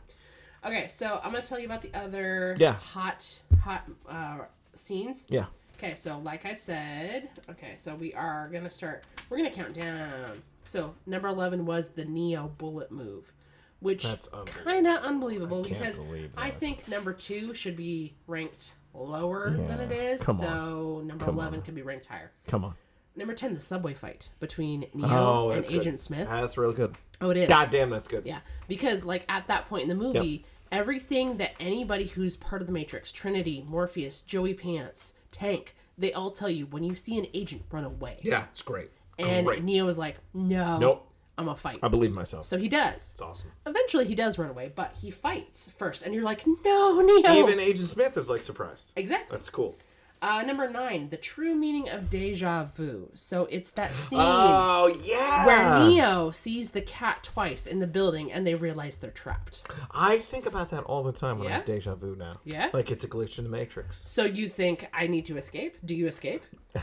S2: Okay, so I'm gonna tell you about the other
S1: Yeah.
S2: hot hot uh, scenes.
S1: Yeah.
S2: Okay, so like I said, okay, so we are gonna start. We're gonna count down. So number eleven was the Neo bullet move, which
S1: That's
S2: kind of unbelievable
S1: can't
S2: because
S1: believe
S2: I
S1: that.
S2: think number two should be ranked lower than it
S1: Yeah,
S2: is.
S1: come on.
S2: so number eleven could be ranked higher.
S1: Come on.
S2: Number ten, the subway fight between Neo
S1: Oh,
S2: and
S1: that's good.
S2: Agent Smith.
S1: That's real good.
S2: oh, it is.
S1: God damn, that's good.
S2: Yeah, because like at that point in the movie, everything that anybody who's part of the Matrix, Trinity, Morpheus, Joey Pants, Tank, they all tell you when you see an agent run away.
S1: Yeah, it's great.
S2: and
S1: great.
S2: Neo is like, no,
S1: Nope.
S2: I'm gonna fight.
S1: I believe in myself.
S2: so he does.
S1: it's awesome.
S2: Eventually, he does run away, but he fights first, and you're like, no, Neo.
S1: Even Agent Smith is like surprised.
S2: *laughs*
S1: *laughs*
S2: exactly.
S1: That's cool.
S2: Uh, number nine, the true meaning of deja vu. So it's
S1: *gasps*
S2: that scene.
S1: Oh yeah.
S2: where Neo sees the cat twice in the building and they realize they're trapped.
S1: I think about that all the time when I
S2: Yeah?
S1: have deja vu now.
S2: Yeah?
S1: Like it's a glitch in the matrix.
S2: So you think I need to escape? Do
S1: *laughs*
S2: you escape? are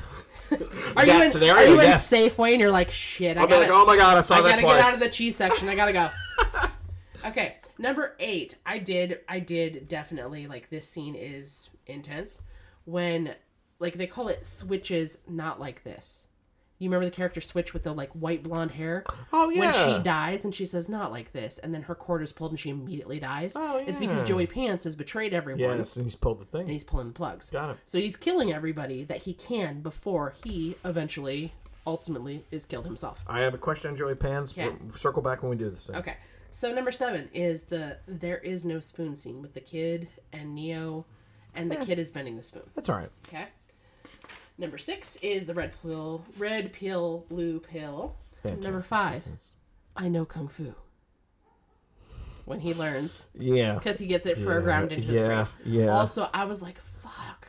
S1: That
S2: you in,
S1: scenario,
S2: are you in
S1: yes.
S2: Safeway and you're like, shit, I
S1: I'll be
S2: gotta,
S1: like, oh my god, I saw
S2: I
S1: that
S2: gotta
S1: twice.
S2: get out of the cheese section. I gotta
S1: *laughs*
S2: go. okay, number eight. I did, I did definitely like this scene is intense when, like, they call it switches, not like this. You remember the character Switch with the like white blonde hair?
S1: oh yeah.
S2: when she dies and she says not like this and then her cord is pulled and she immediately dies
S1: Oh,
S2: it's because
S1: yeah.
S2: joey pants has betrayed everyone
S1: yes, and he's pulled the
S2: and
S1: thing.
S2: he's pulling the plugs
S1: Got it.
S2: so he's killing everybody that he can before he eventually ultimately is killed himself
S1: I have a question on Joey Pans.
S2: Yeah.
S1: We'll circle back when we do this thing.
S2: okay so number seven is the there is no spoon scene with the kid and neo and
S1: Eh.
S2: the kid is bending the spoon
S1: That's all right.
S2: okay number six is the red pill red pill blue pill number five I know kung fu. When he learns,
S1: Yeah.
S2: because he gets it programmed into his
S1: yeah,
S2: brain.
S1: yeah.
S2: Also, I was like, "Fuck!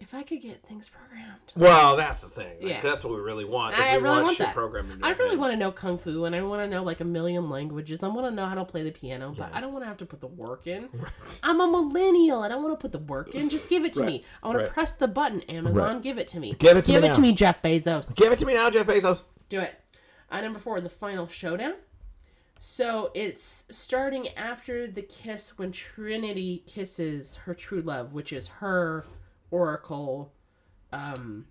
S2: If I could get things programmed,
S1: Well, that's the thing. Like,
S2: Yeah.
S1: That's what we really want. is
S2: I
S1: we
S2: really want
S1: shit
S2: that.
S1: programmed into
S2: I
S1: our
S2: really
S1: heads.
S2: want to know kung fu, and I want to know like a million languages. I want to know how to play the piano, but I don't want to have to put the
S1: *laughs*
S2: work in. I'm a millennial. I don't want to put the work in. Just give it to me. I want
S1: right.
S2: to press the button. Amazon, give it to me.
S1: Give it to
S2: give
S1: me
S2: it
S1: now.
S2: to me, Jeff Bezos.
S1: Give it to me now, Jeff Bezos.
S2: Do it. Uh, number four, the final showdown. So it's starting after the kiss when Trinity kisses her true love, which is her oracle um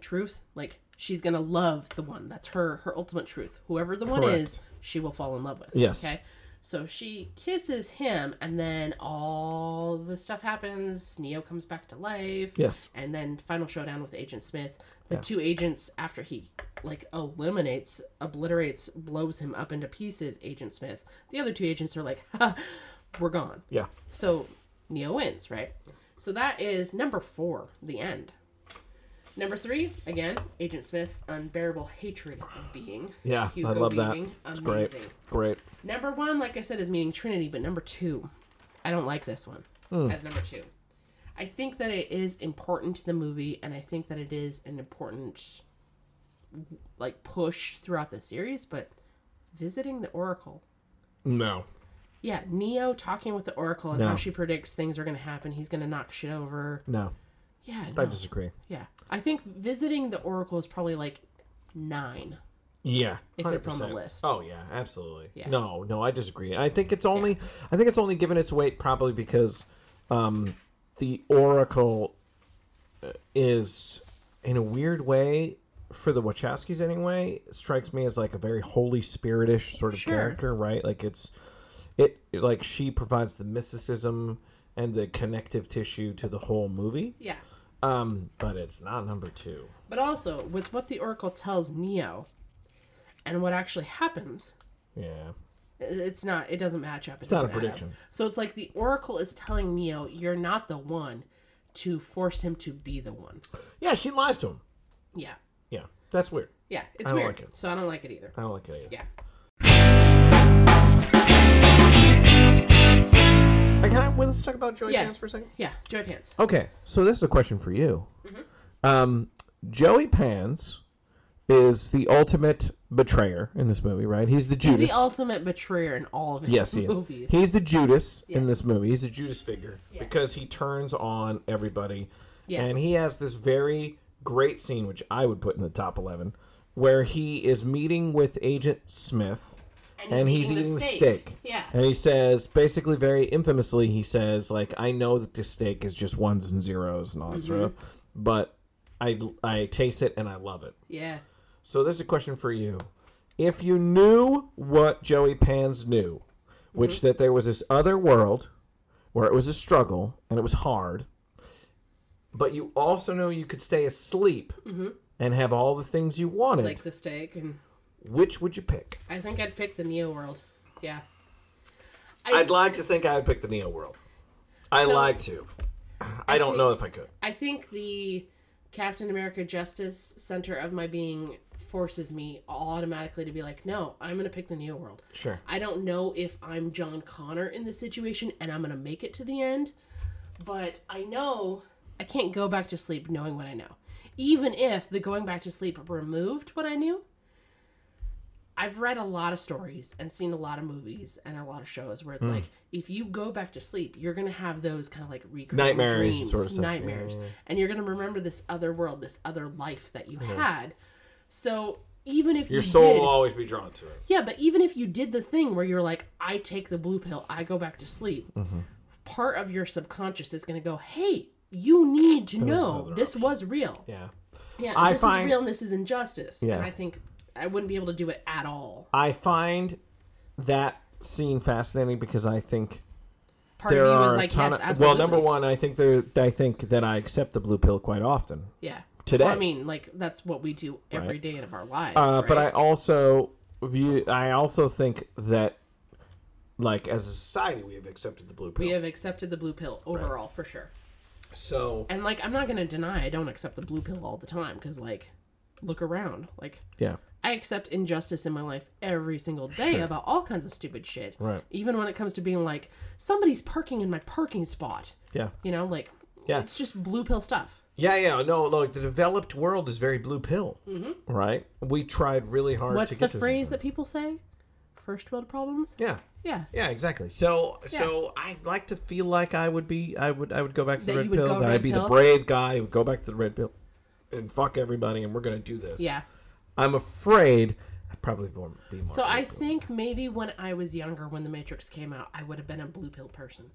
S2: truth. Like she's gonna love the one. That's her her ultimate truth. Whoever the one
S1: Correct.
S2: is, she will fall in love with.
S1: Yes.
S2: Okay. So she kisses him and then all the stuff happens. Neo comes back to life
S1: Yes.
S2: and then final showdown with agent smith the two agents after he like eliminates obliterates blows him up into pieces agent smith the other two agents are like ha, we're gone
S1: Yeah.
S2: so neo wins right so that is number four the end number three again agent smith's unbearable hatred of being
S1: Yeah. I love that.
S2: Beaving,
S1: It's great. Great.
S2: Number one, like I said, is meaning Trinity, but number two, I don't like this one as number two. I think that it is important to the movie, and I think that it is an important like push throughout the series. But visiting the Oracle,
S1: No.
S2: yeah, Neo talking with the Oracle and
S1: No.
S2: how she predicts things are going to happen. He's going to knock shit over.
S1: No.
S2: Yeah,
S1: I
S2: no,
S1: disagree.
S2: yeah. I think visiting the Oracle is probably like nine.
S1: Yeah,
S2: If it's on the
S1: 100%.
S2: list.
S1: Oh yeah, absolutely.
S2: Yeah.
S1: No, no, I disagree. I think it's only, I think it's only given its weight probably because, um, the Oracle uh, is, in a weird way, for the Wachowskis anyway, strikes me as like a very Holy Spiritish sort of
S2: Sure.
S1: character, right? Like it's, it like she provides the mysticism and the connective tissue to the whole movie.
S2: Yeah.
S1: Um, but it's not number two.
S2: But also, with what the Oracle tells Neo and what actually happens,
S1: Yeah.
S2: it's not it doesn't match up it's
S1: not a prediction.
S2: so it's like the oracle is telling neo you're not the one to force him to be the one
S1: Yeah, she lies to him.
S2: yeah
S1: Yeah, that's weird.
S2: yeah it's
S1: I don't
S2: weird
S1: like it.
S2: so i don't like it either
S1: I don't like it either.
S2: yeah
S1: Hey, Uh, Can I, well, let's talk about Joey
S2: Yeah.
S1: Pants for a second.
S2: yeah joy pants
S1: Okay, so this is a question for you.
S2: Mm-hmm.
S1: Um, Joey Pants is the ultimate betrayer in this movie, right? He's the
S2: he's
S1: Judas.
S2: the ultimate betrayer in all of his
S1: yes, he is.
S2: movies
S1: He's the Judas in
S2: Yes.
S1: this movie. He's a Judas figure because he turns on everybody,
S2: Yeah.
S1: and he has this very great scene, which I would put in the top eleven, where he is meeting with Agent Smith. and he's eating, the steak.
S2: yeah
S1: And he says, basically, very infamously, he says, like, I know that this steak is just ones and zeros and all that sort of, but I, I taste it and I love it.
S2: yeah
S1: So this is a question for you. If you knew what Joey Pans knew, which
S2: Mm-hmm.
S1: that there was this other world where it was a struggle and it was hard, but you also know you could stay asleep and have all the things you wanted,
S2: Mm-hmm. like the steak and
S1: which would you pick?
S2: i think i'd pick the neo world yeah
S1: I'd like to think I would pick the Neo World. I
S2: So-
S1: like to. I, don't
S2: think-
S1: know if I could.
S2: I think the Captain America Justice Center of my being forces me automatically to be like, no, I'm going to pick the Neo World.
S1: Sure.
S2: I don't know if I'm John Connor in this situation and I'm going to make it to the end, but I know I can't go back to sleep knowing what I know. Even if the going back to sleep removed what I knew, I've read a lot of stories and seen a lot of movies and a lot of shows where it's
S1: Hmm.
S2: like if you go back to sleep, you're gonna have those kind of like recurring
S1: Nightmares,
S2: dreams,
S1: sort of stuff.
S2: nightmares,
S1: Yeah,
S2: and you're gonna remember this other world, this other life that you had. So even if
S1: Your
S2: you
S1: soul
S2: did,
S1: will always be drawn to it.
S2: yeah, but even if you did the thing where you're like, I take the blue pill, I go back to sleep,
S1: Mm-hmm.
S2: part of your subconscious is going to go, hey, you need to know
S1: other
S2: this was real.
S1: Yeah.
S2: Yeah,
S1: I
S2: this
S1: find-
S2: is real and this is injustice.
S1: Yeah.
S2: And I think I wouldn't be able to do it at all.
S1: I find that scene fascinating because I think
S2: Part
S1: there
S2: of me
S1: are
S2: was
S1: a
S2: like,
S1: ton
S2: yes,
S1: of,
S2: absolutely.
S1: well, number one, I think there, I think that I accept the blue pill quite often.
S2: Yeah.
S1: today.
S2: Well, I mean, like, that's what we do every day of our lives.
S1: Uh,
S2: right?
S1: But I also view. I also think that, like as a society, we have accepted the blue pill.
S2: we have accepted the blue pill overall for sure.
S1: So
S2: And, like, I'm not going to deny I don't accept the blue pill all the time because, like, look around. Like,
S1: yeah,
S2: I accept injustice in my life every single day about all kinds of stupid shit.
S1: Right.
S2: Even when it comes to being like, somebody's parking in my parking spot.
S1: yeah,
S2: You know, like,
S1: Yeah.
S2: it's just blue pill stuff.
S1: yeah, yeah. No, like the developed world is very blue pill, mm-hmm. right? We tried really hard.
S2: What's
S1: to
S2: the
S1: get to this
S2: phrase that people say? First world problems?
S1: Yeah.
S2: Yeah.
S1: Yeah, exactly. So, so I like to feel like I would be, I would, I would go back to the
S2: That
S1: red
S2: you would
S1: pill.
S2: go
S1: That I'd
S2: red
S1: be the
S2: pill?
S1: brave guy who would go back to the red pill, and fuck everybody, and we're gonna do this.
S2: Yeah.
S1: I'm afraid I probably won't be more.
S2: So I
S1: blue pill.
S2: think maybe when I was younger, when The Matrix came out, I would have been a blue pill person.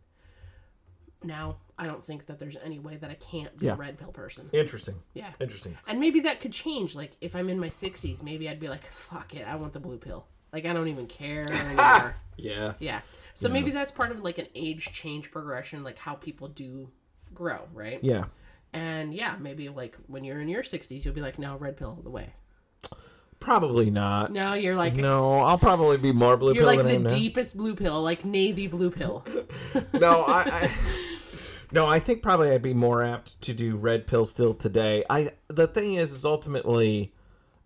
S2: Now, I don't think that there's any way that I can't be
S1: Yeah.
S2: a red pill person.
S1: interesting.
S2: Yeah.
S1: Interesting.
S2: And maybe that could change. Like if I'm in my 60s, maybe I'd be like, "Fuck it, I want the blue pill." Like I don't
S1: *laughs*
S2: even care anymore.
S1: Yeah.
S2: yeah. So maybe that's part of like an age change progression, like how people do grow, right?
S1: Yeah.
S2: And yeah, maybe like when you're in your 60s, you'll be like, "No, red pill all the way."
S1: Probably not.
S2: No, you're like
S1: No, I'll probably be more blue
S2: you're
S1: Mhm. pill
S2: like
S1: than I
S2: the
S1: am now.
S2: deepest blue pill, like navy blue pill.
S1: No, I,
S2: *laughs*
S1: I No, I think probably I'd be more apt to do red pill still today. I the thing is is ultimately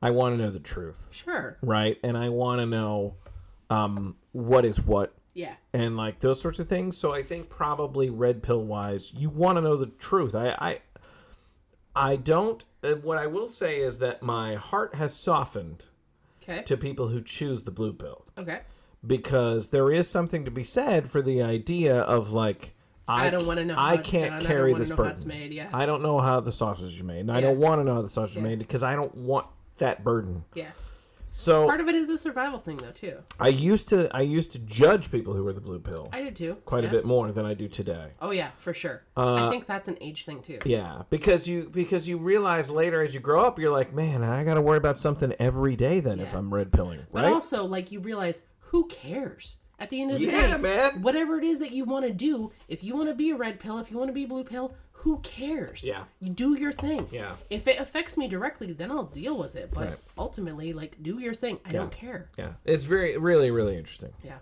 S1: I want to know the truth,
S2: sure.
S1: right? And I want to know um what is what
S2: Yeah.
S1: and like those sorts of things. So I think probably red pill wise, you want to know the truth. I I I don't uh, what I will say is that my heart has softened
S2: Okay.
S1: to people who choose the blue pill.
S2: Okay.
S1: because there is something to be said for the idea of like I,
S2: I don't wanna know how
S1: I
S2: it's
S1: can't
S2: done. I don't
S1: carry
S2: wanna
S1: this
S2: know how
S1: burden.
S2: it's made, yeah.
S1: I don't know how the sausage is made, and I
S2: Yeah.
S1: don't want to know how the sausage is made because I don't want that burden.
S2: Yeah.
S1: So
S2: Part of it is a survival thing though, too.
S1: I used to I used to judge people who were the blue pill
S2: I did too.
S1: quite
S2: Yeah.
S1: a bit Uh, more than I do today.
S2: Oh yeah, for sure. I think that's an age thing too.
S1: Yeah, because you because you realize later as you grow up, you're like, man, I got to worry about something every day then if
S2: Yeah.
S1: I'm red pilling,
S2: But
S1: right?
S2: also, like, you realize who cares? At the end of the
S1: Yeah,
S2: day,
S1: man.
S2: whatever it is that you want to do, if you want to be a red pill, if you want to be blue pill, who cares?
S1: Yeah.
S2: You do your thing.
S1: Yeah.
S2: If it affects me directly, then I'll deal with it. But
S1: Right.
S2: ultimately, like, do your thing. I don't care.
S1: yeah, it's very really really interesting.
S2: Yeah.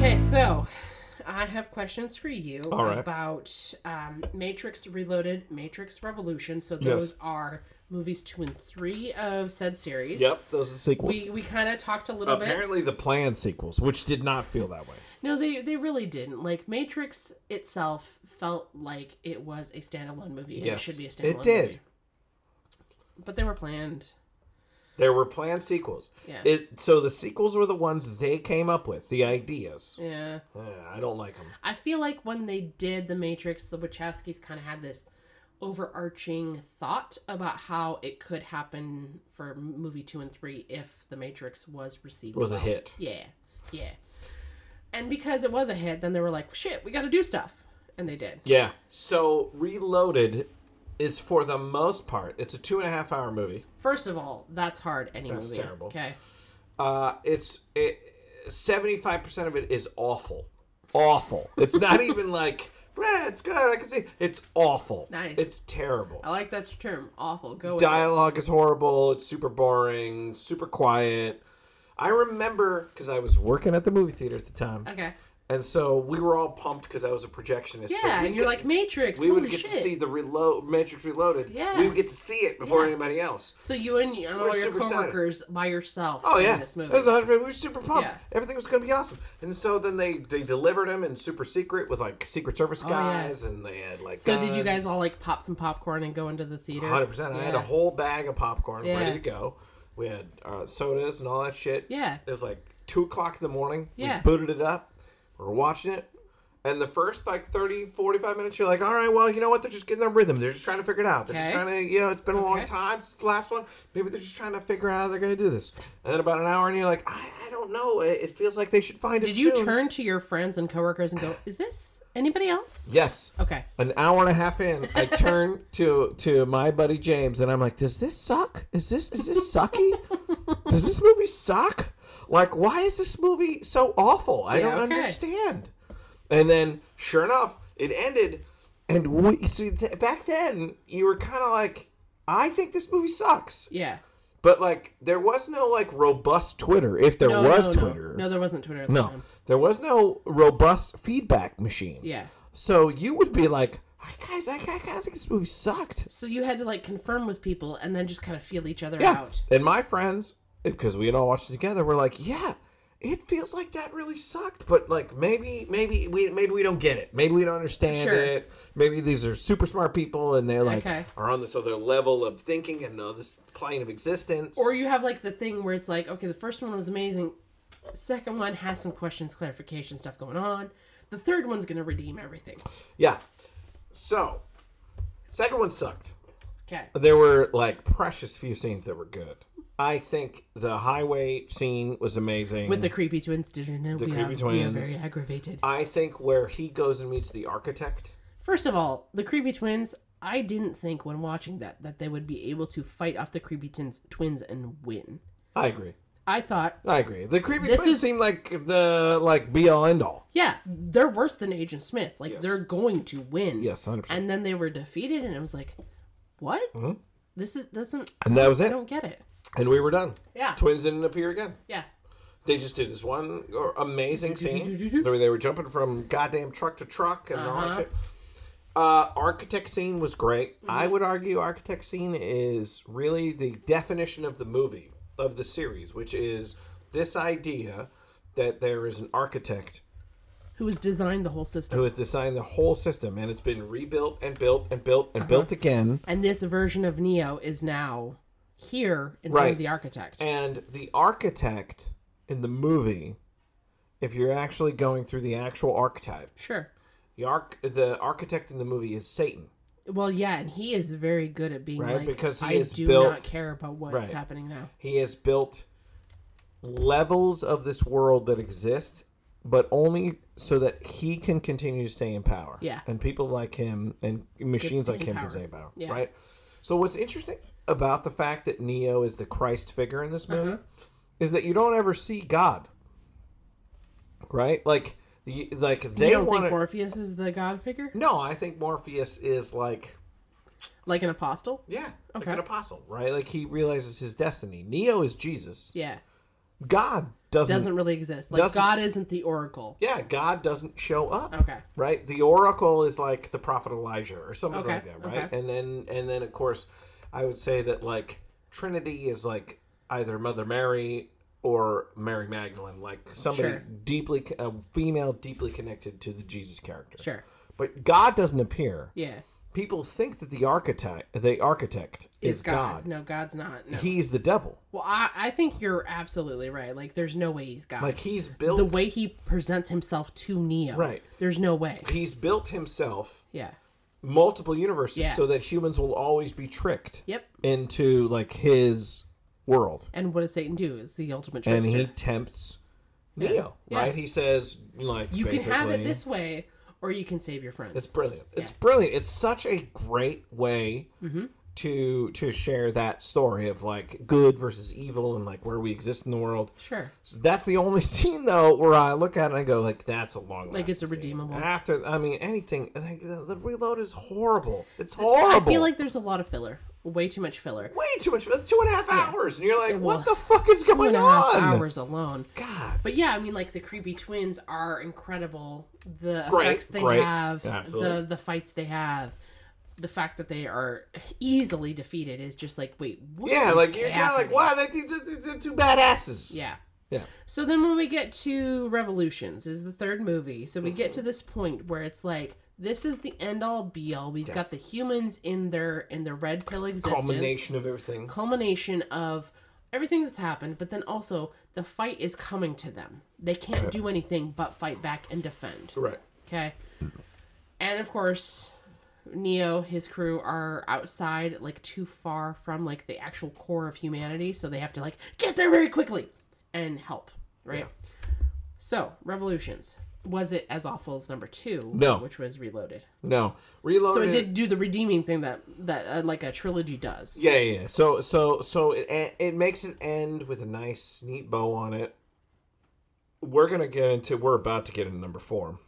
S2: Okay, so I have questions for you
S1: All right.
S2: about um, Matrix Reloaded, Matrix Revolution. So
S1: Yes.
S2: those are movies two and three of said series.
S1: those are sequels.
S2: We, we kind of talked a little bit.
S1: Apparently, the planned sequels, which did not feel that way.
S2: No, they they really didn't. Like Matrix itself felt like it was a standalone movie. and It should be a standalone.
S1: It did.
S2: movie. but they were planned.
S1: There were planned sequels.
S2: Yeah.
S1: It, so the sequels were the ones they came up with, the ideas.
S2: Yeah.
S1: Yeah, I don't like them.
S2: I feel like when they did The Matrix, the Wachowskis kind of had this overarching thought about how it could happen for movie two and three if The Matrix was received.
S1: It was a hit.
S2: Yeah, yeah. And because it was a hit, then they were like, shit, we got to do stuff. And they did.
S1: Yeah. So Reloaded is for the most part, it's a two and a half hour movie.
S2: First of all, that's hard any
S1: That's
S2: movie.
S1: terrible.
S2: Okay.
S1: Uh, it's it, 75% of it is awful. Awful. It's not even like, "Meh, it's good, I can see. It's awful.
S2: Nice.
S1: It's terrible.
S2: I like that term. Awful. Go with it.
S1: dialogue is horrible it's super boring super quiet i remember because i was working at the movie theater at the time
S2: Okay.
S1: And so we were all pumped because I was a projectionist. so
S2: Yeah,
S1: we
S2: and you're
S1: got-
S2: like Matrix.
S1: we would
S2: holy
S1: get
S2: shit.
S1: to see the reload Matrix Reloaded.
S2: Yeah.
S1: we would get to see it before
S2: Yeah.
S1: anybody else.
S2: So you and you and
S1: We're
S2: all your
S1: super excited.
S2: coworkers by yourself.
S1: Oh
S2: in
S1: yeah, it
S2: this movie.
S1: was 100. We were super pumped.
S2: Yeah.
S1: Everything was going to be awesome. And so then they they delivered him in super secret with like Secret Service
S2: Oh, yeah.
S1: guys, and they had like.
S2: so did you guys
S1: guns.
S2: all like pop some popcorn and go into the theater?
S1: 100%. I had a
S2: Yeah.
S1: whole bag of popcorn ready
S2: Yeah.
S1: to go. We had uh, sodas and all that shit.
S2: Yeah.
S1: It was like 2 o'clock in the morning.
S2: Yeah.
S1: We booted it up. We were watching it. And the first like 30, 45 minutes, you're like, all right, well, you know what? They're just getting their rhythm. They're just trying to figure it out. They're just
S2: Okay.
S1: trying to, you know, it's been a long
S2: Okay.
S1: time since the last one. Maybe they're just trying to figure out how they're going to do this. And then about an hour, and you're like, I, I don't know. It, it feels like they should find it
S2: Did you
S1: soon.
S2: turn to your friends and coworkers and go, "Is this anybody else?"
S1: Yes.
S2: Okay.
S1: an hour and a half in, I
S2: *laughs*
S1: turn to to my buddy James and I'm like, "Does this suck? Is this is this sucky? Does this movie suck? Like, why is this movie so awful? I
S2: Yeah,
S1: don't
S2: okay.
S1: understand." And then, sure enough, it ended, and we see th- back then you were kind of like, "I think this movie sucks,"
S2: Yeah.
S1: but like there was no like robust Twitter. If there
S2: Oh, No,
S1: was
S2: no, no.
S1: Twitter,
S2: No, there wasn't Twitter at the
S1: no,
S2: time.
S1: there was no robust feedback machine.
S2: Yeah.
S1: So you would be like, "Hi, guys, I, I kind of think this movie sucked.
S2: So you had to like confirm with people and then just kind of feel each other out.
S1: And my friends, because we had all watched it together, were like, yeah, it feels like that really sucked. But like maybe, maybe we maybe we don't get it. Maybe we don't understand
S2: Sure.
S1: it. Maybe these are super smart people and they're like
S2: Okay.
S1: are on this other level of thinking and uh, this plane of existence.
S2: Or you have like the thing where it's like, okay, the first one was amazing. Second one has some questions, clarification stuff going on. The third one's gonna redeem everything.
S1: yeah. So second one sucked.
S2: Okay.
S1: There were like precious few scenes that were good. I think the highway scene was amazing.
S2: With the creepy twins, did you know we,
S1: creepy
S2: are, we are
S1: twins.
S2: very aggravated?
S1: I think where he goes and meets the architect.
S2: First of all, the creepy twins. I didn't think when watching that that they would be able to fight off the creepy twins, twins and win.
S1: I agree.
S2: I thought,
S1: I agree. The creepy
S2: This
S1: twins
S2: is-
S1: seem like the like be all end all.
S2: yeah, they're worse than Agent Smith. Like they're going to win.
S1: Yes, 100%.
S2: And then they were defeated, and I was like, what?
S1: Mm-hmm.
S2: This is doesn't.
S1: And that was
S2: I
S1: it.
S2: don't get it.
S1: And we were done.
S2: Yeah.
S1: Twins didn't appear again.
S2: Yeah.
S1: They just did this one or- amazing scene. where They were jumping from goddamn truck to truck and
S2: Uh-huh.
S1: all that shit. Uh, architect scene was great. I
S2: Mm-hmm.
S1: would argue architect scene is really the definition of the movie of the series, which is this idea that there is an architect
S2: Who has designed the whole system?
S1: who has designed the whole system and it's been rebuilt and built and built and built again.
S2: And this version of Neo is now here in front
S1: Right.
S2: of the architect.
S1: And the architect in the movie, if you're actually going through the actual archetype,
S2: sure.
S1: the arc the architect in the movie is Satan.
S2: Well, yeah, and he is very good at being
S1: Right,
S2: like,
S1: because he
S2: I
S1: is
S2: do
S1: built-
S2: not care about what's
S1: Right.
S2: happening now.
S1: He has built levels of this world that exist, but only so that he can continue to stay in power.
S2: Yeah.
S1: And people like him and machines
S2: stay
S1: like
S2: in
S1: him
S2: power.
S1: can stay in power.
S2: Yeah.
S1: Right? So what's interesting about the fact that Neo is the Christ figure in this
S2: Uh-huh.
S1: movie is that you don't ever see God. Right? Like the, like they
S2: you don't
S1: want
S2: think Morpheus is the god figure?
S1: No, I think Morpheus is like
S2: Like an apostle?
S1: yeah, like
S2: Okay.
S1: an apostle, right? Like he realizes his destiny. Neo is Jesus.
S2: Yeah.
S1: God doesn't,
S2: Doesn't really exist. Like
S1: Hmm. Doesn't-
S2: God isn't the oracle.
S1: Yeah, God doesn't show up.
S2: Okay.
S1: Right? The oracle is like the prophet Elijah or something
S2: Okay,
S1: like that, right?
S2: okay.
S1: And then and then of course I would say that like Trinity is like either Mother Mary or Mary Magdalene, like somebody
S2: Sure.
S1: deeply a female deeply connected to the Jesus character.
S2: Sure.
S1: But God doesn't appear.
S2: Yeah.
S1: People think that the architect the architect is,
S2: It's
S1: God.
S2: God. No, God's not. No.
S1: He's the devil.
S2: well, I, I think you're absolutely right. Like there's no way he's God.
S1: Like he's built
S2: the way he presents himself to Neo.
S1: Right.
S2: There's no way.
S1: he's built himself
S2: Yeah.
S1: multiple universes
S2: Yeah.
S1: so that humans will always be tricked
S2: Yep.
S1: into like his world
S2: And what does Satan do? Is the ultimate
S1: and
S2: trickster.
S1: he tempts neo
S2: Yeah.
S1: right he says like
S2: you can have it
S1: basically-
S2: this way, or you can save your friends.
S1: it's brilliant it's brilliant it's such a great way
S2: Mm-hmm.
S1: to to share that story of like good versus evil and like where we exist in the world
S2: Sure.
S1: So that's the only *laughs* scene though where I look at it and I go like that's a long
S2: Like, it's a
S1: lasting scene.
S2: redeemable-
S1: after I mean anything like, the, the reload is horrible it's horrible
S2: I feel like there's a lot of filler. Way too much filler.
S1: Way too much. That's two and a half hours, and you're like, what
S2: Well,
S1: the fuck is
S2: Two
S1: going
S2: and a half
S1: on?
S2: hours alone.
S1: God.
S2: But yeah, I mean, like the creepy twins are incredible. The
S1: Great,
S2: effects they
S1: great.
S2: have,
S1: Absolutely.
S2: the the fights they have, the fact that they are easily defeated is just like, wait, what?
S1: Yeah,
S2: is
S1: like you're kind of like,
S2: happening?
S1: wow, like these are they're two badasses.
S2: Yeah.
S1: Yeah.
S2: So then when we get to Revolutions is the third movie. So we get to this point where it's like this is the end all be all. We've got the humans in their in their red pill existence.
S1: Culmination of everything.
S2: culmination of everything that's happened, but then also the fight is coming to them. They can't do anything but fight back and defend.
S1: Right.
S2: Okay. And of course, Neo, his crew are outside, like too far from like the actual core of humanity, so they have to like get there very quickly and help, right? So, Revolutions. Was it as awful as number two?
S1: No. Oh,
S2: Which was Reloaded.
S1: No. Reloaded.
S2: So it did do the redeeming thing that that uh, like a trilogy does.
S1: Yeah, yeah. yeah. So, so, so it it makes it end with a nice, neat bow on it. We're gonna get into. We're about to get into number four.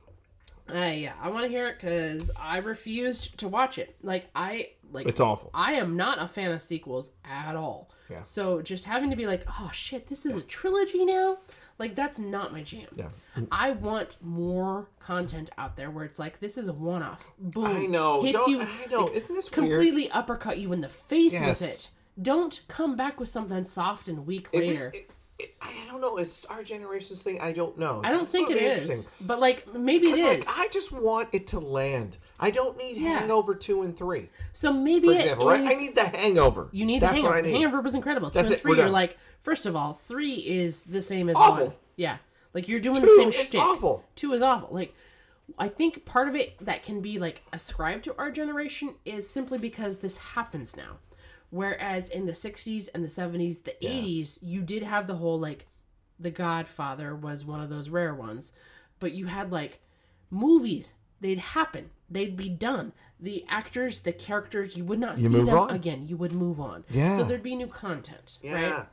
S2: Uh, yeah, I want to hear it because I refused to watch it. Like I like
S1: It's awful.
S2: I am not a fan of sequels at all.
S1: Yeah.
S2: So just having to be like, oh shit, this is a trilogy now. Like that's not my jam.
S1: Yeah.
S2: I want more content out there where it's like this is a one-off. Boom.
S1: I know.
S2: Hits
S1: Don't,
S2: you.
S1: I know. Isn't this weird?
S2: Completely uppercut you in the face with
S1: Yes.
S2: it. Don't come back with something soft and weak
S1: Is
S2: later.
S1: this, it, it, I don't know. Is this our generation's thing? I don't know.
S2: I don't think it is, but like maybe it is.
S1: Like, I just want it to land. I don't need
S2: Yeah.
S1: Hangover two and three.
S2: so maybe
S1: For
S2: it
S1: example, right? I
S2: is-
S1: need the Hangover.
S2: You need
S1: That's
S2: the
S1: What I
S2: hangover.
S1: need.
S2: The hangover was incredible. Two
S1: That's
S2: and
S1: it,
S2: 3
S1: we're
S2: you're
S1: done.
S2: like, first of all, three is the same as
S1: Awful.
S2: one. Yeah. Like you're doing
S1: Two
S2: the same
S1: is
S2: shtick.
S1: awful.
S2: Two is awful. Like I think part of it that can be like ascribed to our generation is simply because this happens now. Whereas in the sixties and the seventies, the eighties, you did have the whole like the Godfather was one of those rare ones, but you had like movies. They'd happen. They'd be done. The actors, the characters, you would not see
S1: move
S2: them
S1: on.
S2: again. You would move on.
S1: Yeah.
S2: So there'd be new content,
S1: Yeah.
S2: right?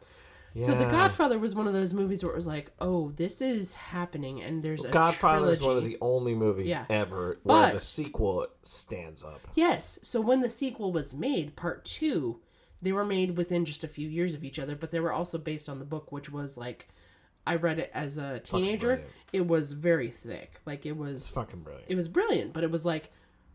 S2: So The
S1: Yeah.
S2: Godfather was one of those movies where it was like, oh, this is happening, and there's a
S1: Godfather is
S2: trilogy.
S1: one of the only movies
S2: Yeah.
S1: ever where
S2: But-
S1: the sequel stands up.
S2: Yes. So when the sequel was made, part two, they were made within just a few years of each other, but they were also based on the book, which was like, I read it as a teenager.
S1: brilliant.
S2: It was very thick. Like it
S1: It's
S2: was,
S1: fucking brilliant.
S2: it was brilliant, but it was like,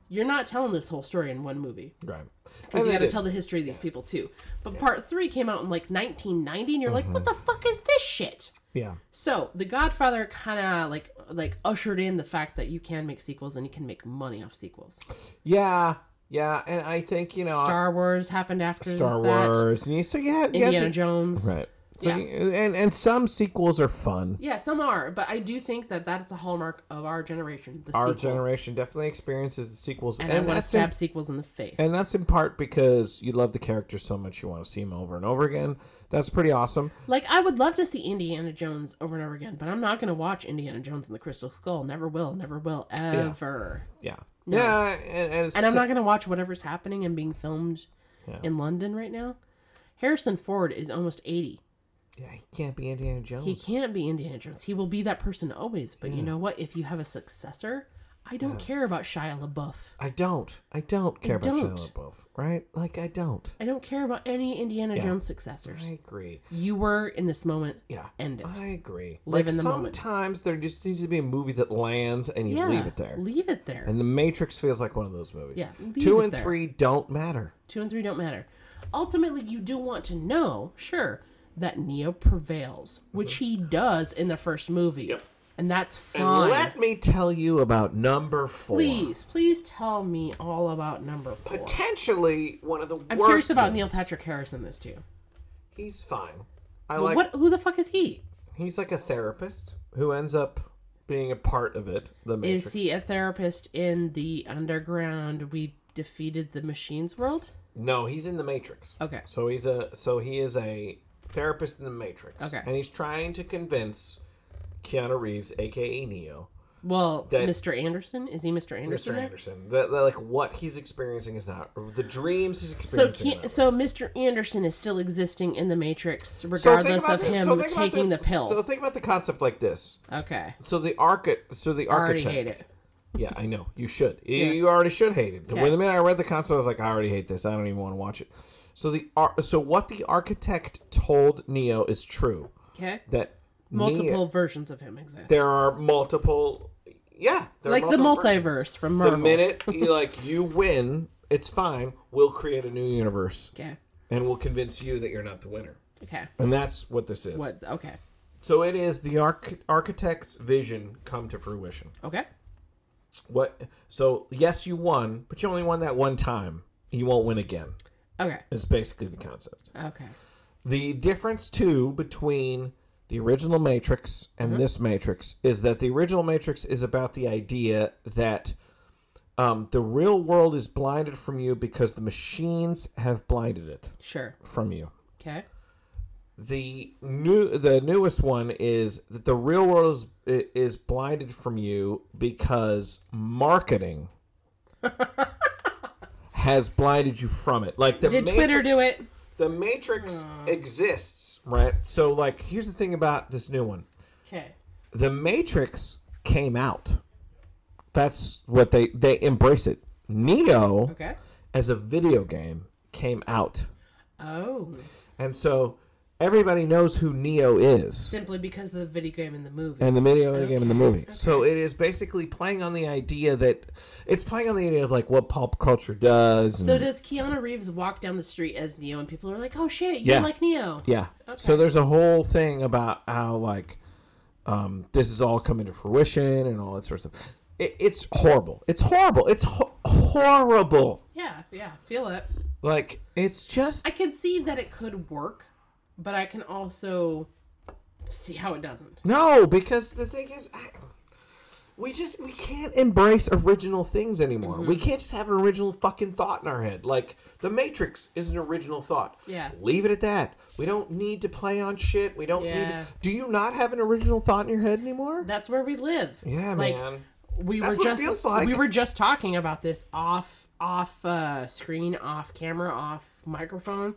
S2: you're not telling this whole story in one movie.
S1: right.
S2: Because
S1: And
S2: you got
S1: they
S2: Oh, to
S1: did.
S2: tell the history of these people too. But part three came out in like 1990, and you're like,
S1: Mm-hmm.
S2: what the fuck is this shit?
S1: Yeah.
S2: So The Godfather kind of like like ushered in the fact that you can make sequels and you can make money off sequels.
S1: Uh, Yeah. Yeah. And I think, you know, Star,
S2: Star Wars happened after that.
S1: Wars. And you, so, yeah. yeah
S2: Indiana Jones.
S1: Right. So
S2: Yeah.
S1: you- and, and some sequels are fun.
S2: Yeah, some are, but I do think that that's a hallmark of our generation. The
S1: Our
S2: sequel.
S1: generation definitely experiences the sequels.
S2: and, I'm gonna
S1: that's in-
S2: stab sequels in the face.
S1: And that's in part because you love the characters so much you want to see them over and over again. That's pretty awesome.
S2: like I would love to see Indiana Jones over and over again, but I'm not gonna watch Indiana Jones and the Crystal Skull. Never will. Never will ever.
S1: Yeah. Yeah, and, and, it's
S2: And I'm not gonna watch whatever's happening and being filmed in London right now. Harrison Ford is almost 80.
S1: yeah, he can't be Indiana Jones.
S2: He can't be Indiana Jones. He will be that person always. But you know what? If you have a successor, I don't care about Shia LaBeouf.
S1: I don't. I don't care about
S2: don't.
S1: Shia LaBeouf, right? Like I don't.
S2: I don't care about any Indiana Jones successors.
S1: I agree.
S2: You were in this moment.
S1: Yeah,
S2: End it.
S1: I agree.
S2: Live
S1: like,
S2: in the moment.
S1: Sometimes there just needs to be a movie that lands and you
S2: Yeah,
S1: leave it there.
S2: Leave it there.
S1: And The Matrix feels like one of those movies.
S2: Yeah, leave
S1: two
S2: it
S1: and
S2: there.
S1: three don't matter.
S2: Two and three don't matter. Ultimately, you do want to know, sure, that Neo prevails, which he does in the first movie.
S1: Mm-hmm. Yep.
S2: And that's
S1: And
S2: fine.
S1: let me tell you about number four.
S2: please, please tell me all about number four.
S1: Potentially one of the
S2: I'm
S1: worst.
S2: curious about
S1: movies.
S2: Neil Patrick Harris in this too.
S1: He's fine. I
S2: But
S1: like.
S2: what? Who the fuck is he?
S1: He's like a therapist who ends up being a part of it. The Matrix.
S2: Is he a therapist in the underground? We defeated the machines world.
S1: No, he's in the Matrix.
S2: Okay.
S1: So he's a so he is a therapist in the Matrix.
S2: Okay.
S1: And he's trying to convince Keanu Reeves, aka Neo,
S2: Well,
S1: That-
S2: Mr. Anderson is he Mr. Anderson?
S1: Mr.
S2: there?
S1: Anderson, that, that, like what he's experiencing is not the dreams he's
S2: So,
S1: experiencing. are
S2: can,
S1: not-
S2: so Mr. Anderson is still existing in the Matrix,
S1: So think
S2: regardless
S1: about
S2: of
S1: this-
S2: him
S1: so think about
S2: taking
S1: this-
S2: the pill.
S1: So think about the concept like this.
S2: okay,
S1: So the archi- so the
S2: I already
S1: architect.
S2: hate it.
S1: Yeah, I know. You should. You, you already should hate it. When
S2: Okay.
S1: the minute I read the concept, I was like, I already hate this. I don't even want to watch it. So the ar- so what the architect told Neo is true
S2: Okay.
S1: that Neo-
S2: Multiple versions of him exist.
S1: there are multiple. Yeah, there are
S2: like the
S1: multiple
S2: multiverse
S1: versions.
S2: from Marvel.
S1: The minute
S2: *laughs*
S1: you like you win, it's fine. We'll create a new universe
S2: Okay.
S1: and we'll convince you that you're not the winner.
S2: Okay.
S1: And that's what this is.
S2: What? Okay.
S1: So it is the arch- architect's vision come to fruition.
S2: Okay.
S1: What? So yes, you won, but you only won that one time. You won't win again.
S2: Okay.
S1: Is basically the concept.
S2: Okay.
S1: The difference too between the original Matrix and
S2: Mm-hmm.
S1: this Matrix is that the original Matrix is about the idea that um, the real world is blinded from you because the machines have blinded it
S2: Sure.
S1: from you.
S2: Okay.
S1: The new, the newest one is that the real world is, i- is blinded from you because
S2: *laughs*
S1: marketing has blinded you from it. Like the
S2: Did Twitter
S1: Matrix-
S2: do it?
S1: the Matrix exists, right? So, like, here's the thing about this new one
S2: Okay.
S1: The Matrix came out. That's what they they embrace it. Neo
S2: Okay.
S1: as a video game came out.
S2: Oh.
S1: And so everybody knows who Neo is.
S2: Simply because of the video game and the movie.
S1: And the video game in the movie. So it is basically playing on the idea that it's playing on the idea of like what pop culture does. and-
S2: So does Keanu Reeves walk down the street as Neo, and people are like, "Oh shit, you
S1: Yeah.
S2: like Neo?"
S1: Yeah. So there's a whole thing about how like um, this is all coming to fruition and all that sort of stuff. It, it's horrible. It's horrible. It's ho- horrible.
S2: Yeah, yeah, feel it.
S1: Like it's just
S2: I can see that it could work, but I can also see how it doesn't.
S1: no because the thing is. I, we just we can't embrace original things anymore. We
S2: Mm-hmm.
S1: can't just have an original fucking thought in our head. Like The Matrix is an original thought.
S2: Yeah.
S1: Leave it at that. We don't need to play on shit. We don't
S2: Yeah.
S1: need Do you not have an original thought in your head anymore?
S2: That's where we live.
S1: Yeah,
S2: like,
S1: man.
S2: We
S1: That's
S2: were
S1: what it
S2: just
S1: feels like.
S2: we were just talking about this off off uh, screen, off camera, off microphone.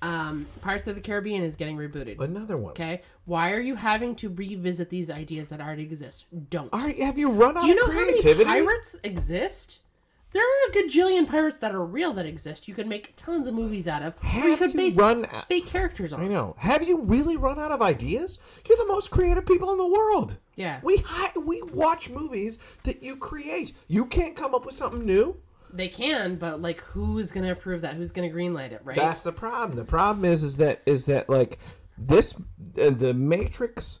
S2: Um, Pirates of the Caribbean is getting rebooted.
S1: Another one.
S2: Okay, why are you having to revisit these ideas that already exist? Don't.
S1: Are, have you run out
S2: Do you
S1: of
S2: know how many
S1: creativity?
S2: pirates exist? There are a gajillion pirates that are real that exist. You could make tons of movies out of. or you
S1: Have
S2: could
S1: you
S2: base
S1: run out-
S2: fake characters on.
S1: I know. Have you really run out of ideas? You're the most creative people in the world.
S2: Yeah.
S1: We hi- we watch movies that you create. You can't come up with something new.
S2: They can, but like, who is going to approve that? Who's going to greenlight it? Right?
S1: That's the problem. The problem is is that is that like this uh, the Matrix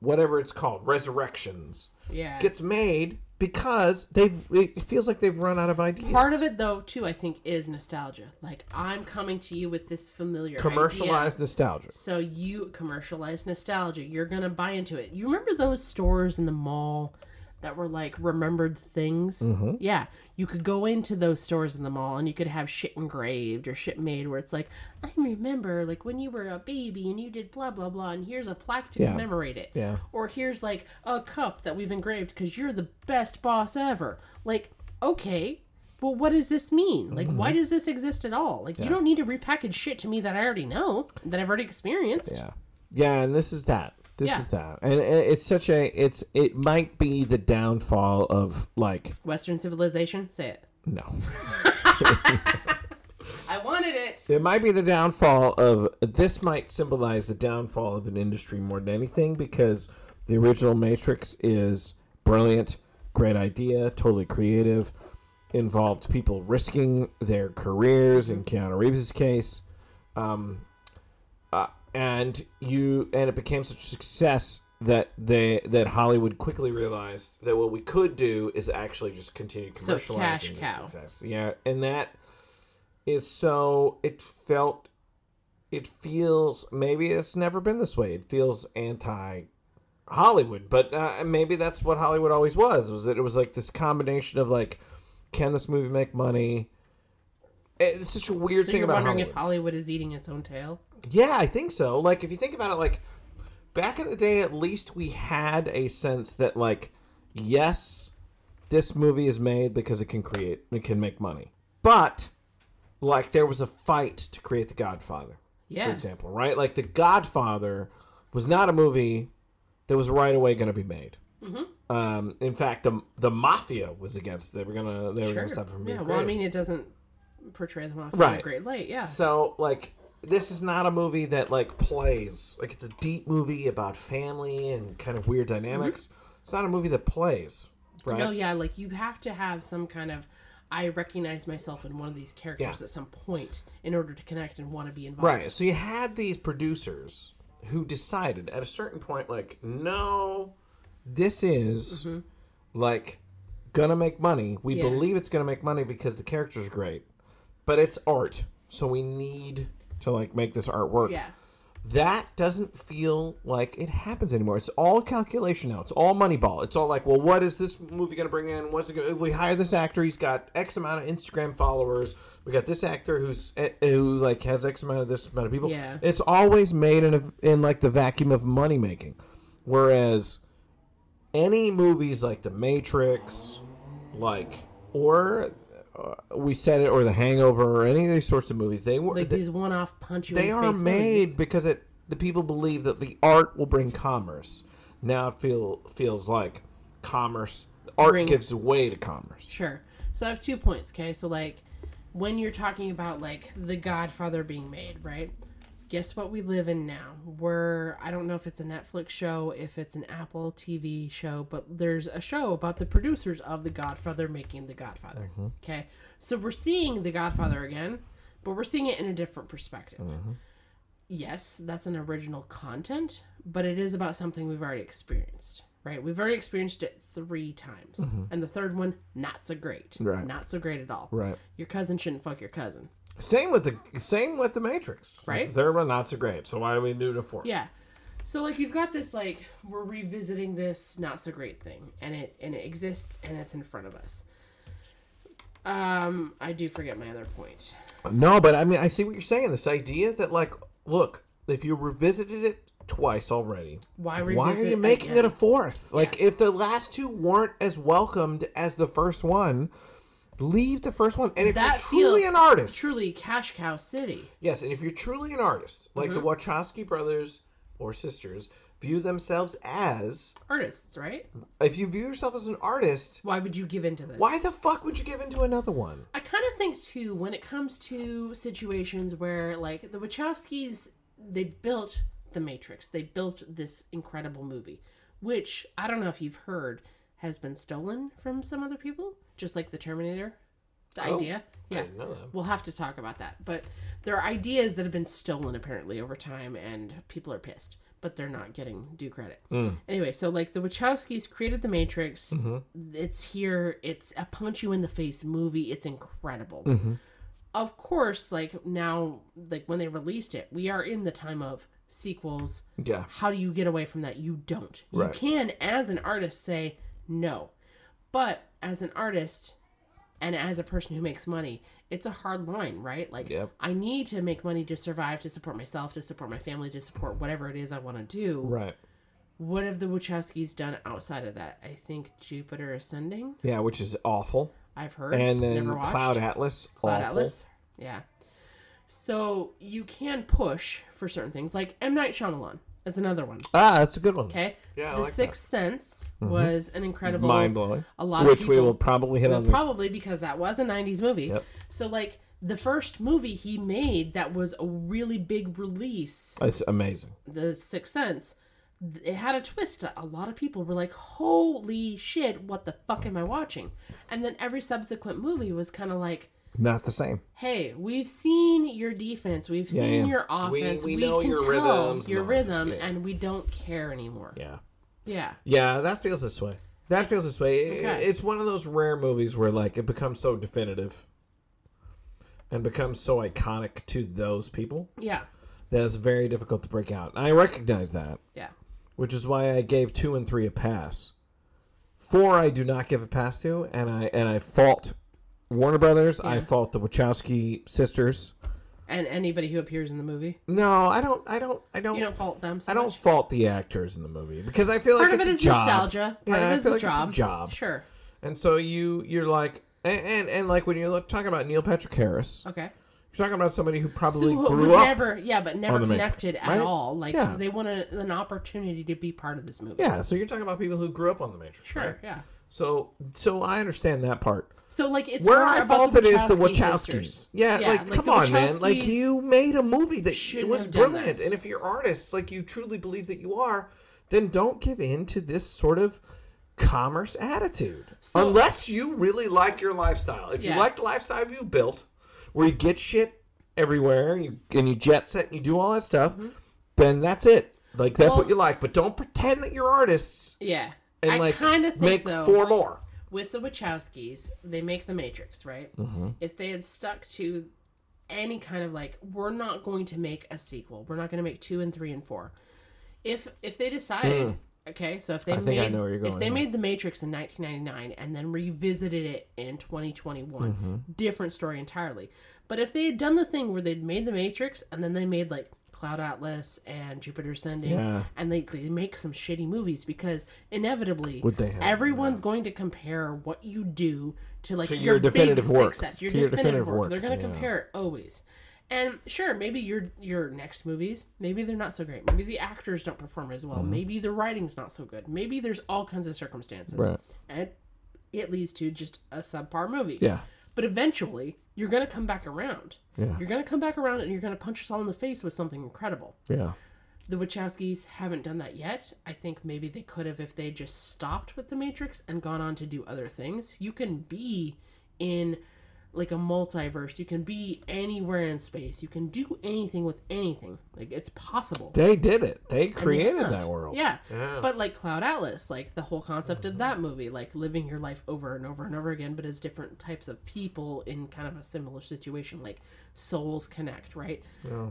S1: whatever it's called, Resurrections
S2: yeah.
S1: gets made because they've it feels like they've run out of ideas.
S2: Part of it, though, too, I think, is nostalgia. Like, I'm coming to you with this familiar idea.
S1: commercialized nostalgia.
S2: So you commercialize nostalgia. You're gonna buy into it. You remember those stores in the mall that were like remembered things?
S1: Mm-hmm.
S2: Yeah, you could go into those stores in the mall and you could have shit engraved or shit made where it's like, I remember like when you were a baby and you did blah blah blah, and here's a plaque to
S1: Yeah.
S2: commemorate it.
S1: Yeah.
S2: Or here's like a cup that we've engraved because you're the best boss ever. Like, okay. Well, what does this mean? Like,
S1: Mhm.
S2: why does this exist at all? Like, you don't need to repackage shit to me that I already know, that I've already experienced.
S1: Yeah. Yeah, and this is that. This
S2: Yeah.
S1: is that. And it- it's such a it's it might be the downfall of like
S2: Western civilization, say it.
S1: no. *laughs*
S2: I wanted it.
S1: It might be the downfall of this might symbolize the downfall of an industry more than anything because the original Matrix is brilliant, great idea, totally creative, involved people risking their careers in Keanu Reeves' case. Um, uh, and you and it became such a success that they that Hollywood quickly realized that what we could do is actually just continue
S2: So
S1: commercializing
S2: cash
S1: this
S2: cow.
S1: success. Yeah, and that is so it felt it feels maybe it's never been this way it feels anti hollywood but uh, maybe that's what hollywood always was was that it was like this combination of like can this movie make money It- it's such a weird
S2: So
S1: thing
S2: you're
S1: about
S2: wondering
S1: hollywood
S2: if Hollywood is eating its own tail?
S1: yeah i think so like if you think about it like back in the day at least we had a sense that like yes this movie is made because it can create it can make money but like there was a fight to create the godfather for
S2: Yeah.
S1: example, right? Like The Godfather was not a movie that was right away going to be made.
S2: Mm-hmm.
S1: Um, in fact, the the mafia was against. They were gonna they were
S2: Sure.
S1: gonna stop it from being
S2: Yeah, well, I
S1: created.
S2: mean, it doesn't portray them off in
S1: Right.
S2: a great light. Yeah.
S1: So like this is not a movie that like plays. Like it's a deep movie about family and kind of weird dynamics. It's not a movie that plays. Right.
S2: Mm-hmm. No, yeah, like you have to have some kind of I recognize myself in one of these characters
S1: Yeah.
S2: at some point in order to connect and want to be involved.
S1: Right. So you had these producers who decided at a certain point, like, no, this is like gonna make money. We
S2: Mm-hmm. Yeah.
S1: believe it's gonna make money because the character's great, but it's art, so we need to like make this art work.
S2: Yeah.
S1: That doesn't feel like it happens anymore. It's all calculation now. It's all Moneyball. It's all like, well, what is this movie going to bring in? What's it going? to If we hire this actor, he's got X amount of Instagram followers. We got this actor who's eh, who like has X amount of this amount of people.
S2: Yeah.
S1: It's always made in a, in like the vacuum of money making, whereas any movies like The Matrix, like or. Uh, we said it, or The Hangover, or any of these sorts of movies. They were
S2: Like
S1: they-
S2: these one off punch you
S1: they
S2: in the
S1: are
S2: face
S1: made
S2: movies.
S1: because it the people believe that the art will bring commerce. Now it feel feels like commerce art
S2: Brings-
S1: gives way to commerce.
S2: Sure. So I have two points, okay? So like when you're talking about like the Godfather being made, right? Guess what we live in now? We're I don't know if it's a Netflix show, if it's an Apple TV show, but there's a show about the producers of The Godfather making The Godfather.
S1: Mm-hmm.
S2: Okay? So we're seeing The Godfather again, but we're seeing it in a different perspective. Yes, that's an original content, but it is about something we've already experienced, right? We've already experienced it three times, and the third one not so great,
S1: Mm-hmm. Right.
S2: Not so great at all.
S1: Right.
S2: Your cousin shouldn't fuck your cousin.
S1: Same with the same with the Matrix.
S2: Right.
S1: Like, the third one not so great. So why do we do the fourth?
S2: Yeah. So like you've got this like we're revisiting this not so great thing and it and it exists and it's in front of us. Um I do forget my other point.
S1: No, but I mean I see what you're saying. This idea that like, look, if you revisited it twice already, why
S2: Why
S1: are
S2: revisit
S1: you making it
S2: again?
S1: a fourth? Like, if the last two weren't as welcomed as the first one, leave the first one. And if
S2: that
S1: you're truly
S2: feels
S1: an artist,
S2: Truly cash cow city.
S1: Yes, and if you're truly an artist, like
S2: Mm-hmm.
S1: the Wachowski brothers or sisters view themselves as,
S2: Artists, right?
S1: if you view yourself as an artist,
S2: Why would you give in to this?
S1: why the fuck would you give in to another one?
S2: I kind of think too when it comes to situations where like the Wachowskis they built the Matrix. They built this incredible movie, which I don't know if you've heard has been stolen from some other people, just like the Terminator. The
S1: Oh,
S2: idea. Yeah.
S1: I didn't know that.
S2: We'll have to talk about that. But there are ideas that have been stolen apparently over time, and people are pissed, but they're not getting due credit. Anyway, so like the Wachowskis created The Matrix. It's here. It's a punch you in the face movie. It's incredible. Of course, like now, like when they released it, we are in the time of sequels.
S1: Yeah.
S2: How do you get away from that? You don't.
S1: Right.
S2: You can, as an artist, say no. But as an artist, and as a person who makes money, it's a hard line, right? Like,
S1: Yep.
S2: I need to make money to survive, to support myself, to support my family, to support whatever it is I want to do.
S1: Right.
S2: What have the Wachowskis done outside of that? I think Jupiter Ascending,
S1: Yeah, which is awful.
S2: I've heard.
S1: And
S2: Never
S1: then
S2: watched.
S1: Cloud Atlas,
S2: Cloud
S1: awful.
S2: Atlas. Yeah. So you can push for certain things, like M. Night Shyamalan is another one.
S1: Ah, that's a good one.
S2: Okay.
S1: Yeah, I
S2: the
S1: like that.
S2: Sixth Sense was an incredible,
S1: Mind blowing.
S2: A lot of
S1: Mm-hmm. which we
S2: people-
S1: will probably hit
S2: Well,
S1: on this.
S2: probably because that was a 90s movie.
S1: Yep.
S2: So, like, the first movie he made that was a really big release,
S1: It's amazing.
S2: The Sixth Sense, th- it had a twist. A lot of people were like, holy shit, what the fuck am I watching? And then every subsequent movie was kind of like,
S1: Not the same.
S2: hey, we've seen your defense, we've seen
S1: yeah.
S2: your
S1: We-
S2: offense,
S1: we
S2: we,
S1: know
S2: can
S1: your
S2: tell
S1: rhythms and
S2: your
S1: all that stuff,
S2: rhythm,
S1: yeah.
S2: and we don't care anymore.
S1: Yeah.
S2: Yeah.
S1: Yeah, that feels this way. That feels this way. It-
S2: Okay.
S1: It's one of those rare movies where like it becomes so definitive and becomes so iconic to those people
S2: Yeah.
S1: that it's very difficult to break out. And I recognize that,
S2: Yeah.
S1: which is why I gave two and three a pass. Four I do not give a pass to, and I and I fault Warner Brothers. I
S2: Yeah.
S1: fault the Wachowski sisters.
S2: And anybody who appears in the movie,
S1: No, I don't. I don't. I don't.
S2: you don't fault them. So
S1: I don't
S2: much?
S1: fault the actors in the movie because I feel like
S2: part of
S1: it's
S2: it
S1: a
S2: is
S1: job.
S2: nostalgia. Part
S1: Yeah,
S2: of
S1: I
S2: it is
S1: feel
S2: a
S1: like it's a
S2: job.
S1: job.
S2: Sure.
S1: And so you you're like and and, and like when you're look- talking about Neil Patrick Harris,
S2: Okay.
S1: you're talking about somebody who
S2: So
S1: probably
S2: it
S1: grew
S2: was
S1: up.
S2: never, yeah, but never
S1: on The Matrix,
S2: connected at
S1: right?
S2: all. Like
S1: Yeah.
S2: they want a, an opportunity to be part of this movie.
S1: Yeah, so you're talking about people who grew up on the Matrix.
S2: Sure.
S1: right?
S2: Yeah.
S1: So so I understand that part.
S2: so like it's
S1: Where
S2: more
S1: our
S2: about
S1: fault it is the
S2: Wachowski
S1: Wachowskis.
S2: sisters.
S1: Yeah,
S2: Yeah,
S1: like,
S2: like,
S1: come
S2: the
S1: on, man. Like
S2: Wachowskis
S1: you made a movie that
S2: shouldn't
S1: was
S2: have done
S1: brilliant,
S2: that.
S1: and if you're artists, like you truly believe that you are, then don't give in to this sort of commerce attitude.
S2: So-
S1: Unless you really like your lifestyle. If you
S2: Yeah.
S1: like the lifestyle you built, where you get shit everywhere and you and you jet set and you do all that stuff, then that's it. Like that's
S2: Mm-hmm. Well-
S1: what you like, but don't pretend that you're artists
S2: Yeah,
S1: and
S2: I
S1: like
S2: kind of
S1: make
S2: think though
S1: four more.
S2: with the Wachowskis, they make the Matrix, right?
S1: Mm-hmm.
S2: If they had stuck to any kind of like, we're not going to make a sequel. We're not going to make two and three and four. If if they decided, okay, so if they
S1: Hmm. I think I
S2: made
S1: know where you're
S2: if
S1: going,
S2: they
S1: yeah.
S2: made the Matrix in 1999 and then revisited it in 2021,
S1: Mm-hmm.
S2: different story entirely. But if they had done the thing where they'd made the Matrix and then they made like Cloud Atlas and Jupiter Ascending,
S1: Yeah.
S2: and they, they make some shitty movies because inevitably
S1: Would they have?
S2: everyone's going to compare what you do to like
S1: To
S2: your,
S1: your definitive
S2: big
S1: work.
S2: success, your
S1: To your
S2: definitive,
S1: definitive
S2: work.
S1: work,
S2: They're going to
S1: yeah.
S2: compare it always. And sure, maybe your your next movies, maybe they're not so great. Maybe the actors don't perform as
S1: Mm-hmm.
S2: well. Maybe the writing's not so good. Maybe there's all kinds of circumstances,
S1: Right.
S2: and it leads to just a subpar movie.
S1: Yeah.
S2: But eventually, you're going to come back around.
S1: Yeah.
S2: You're going to come back around, and you're going to punch us all in the face with something incredible
S1: Yeah.
S2: the Wachowskis haven't done that yet. I think maybe they could have if they just stopped with the Matrix and gone on to do other things. You can be in like a multiverse. You can be anywhere in space. You can do anything with anything. Like it's possible.
S1: They did it. They created
S2: have.
S1: that world.
S2: Yeah. But like Cloud Atlas, like the whole concept of that movie, like living your life over and over and over again, but as different types of people in kind of a similar situation, like souls connect, right?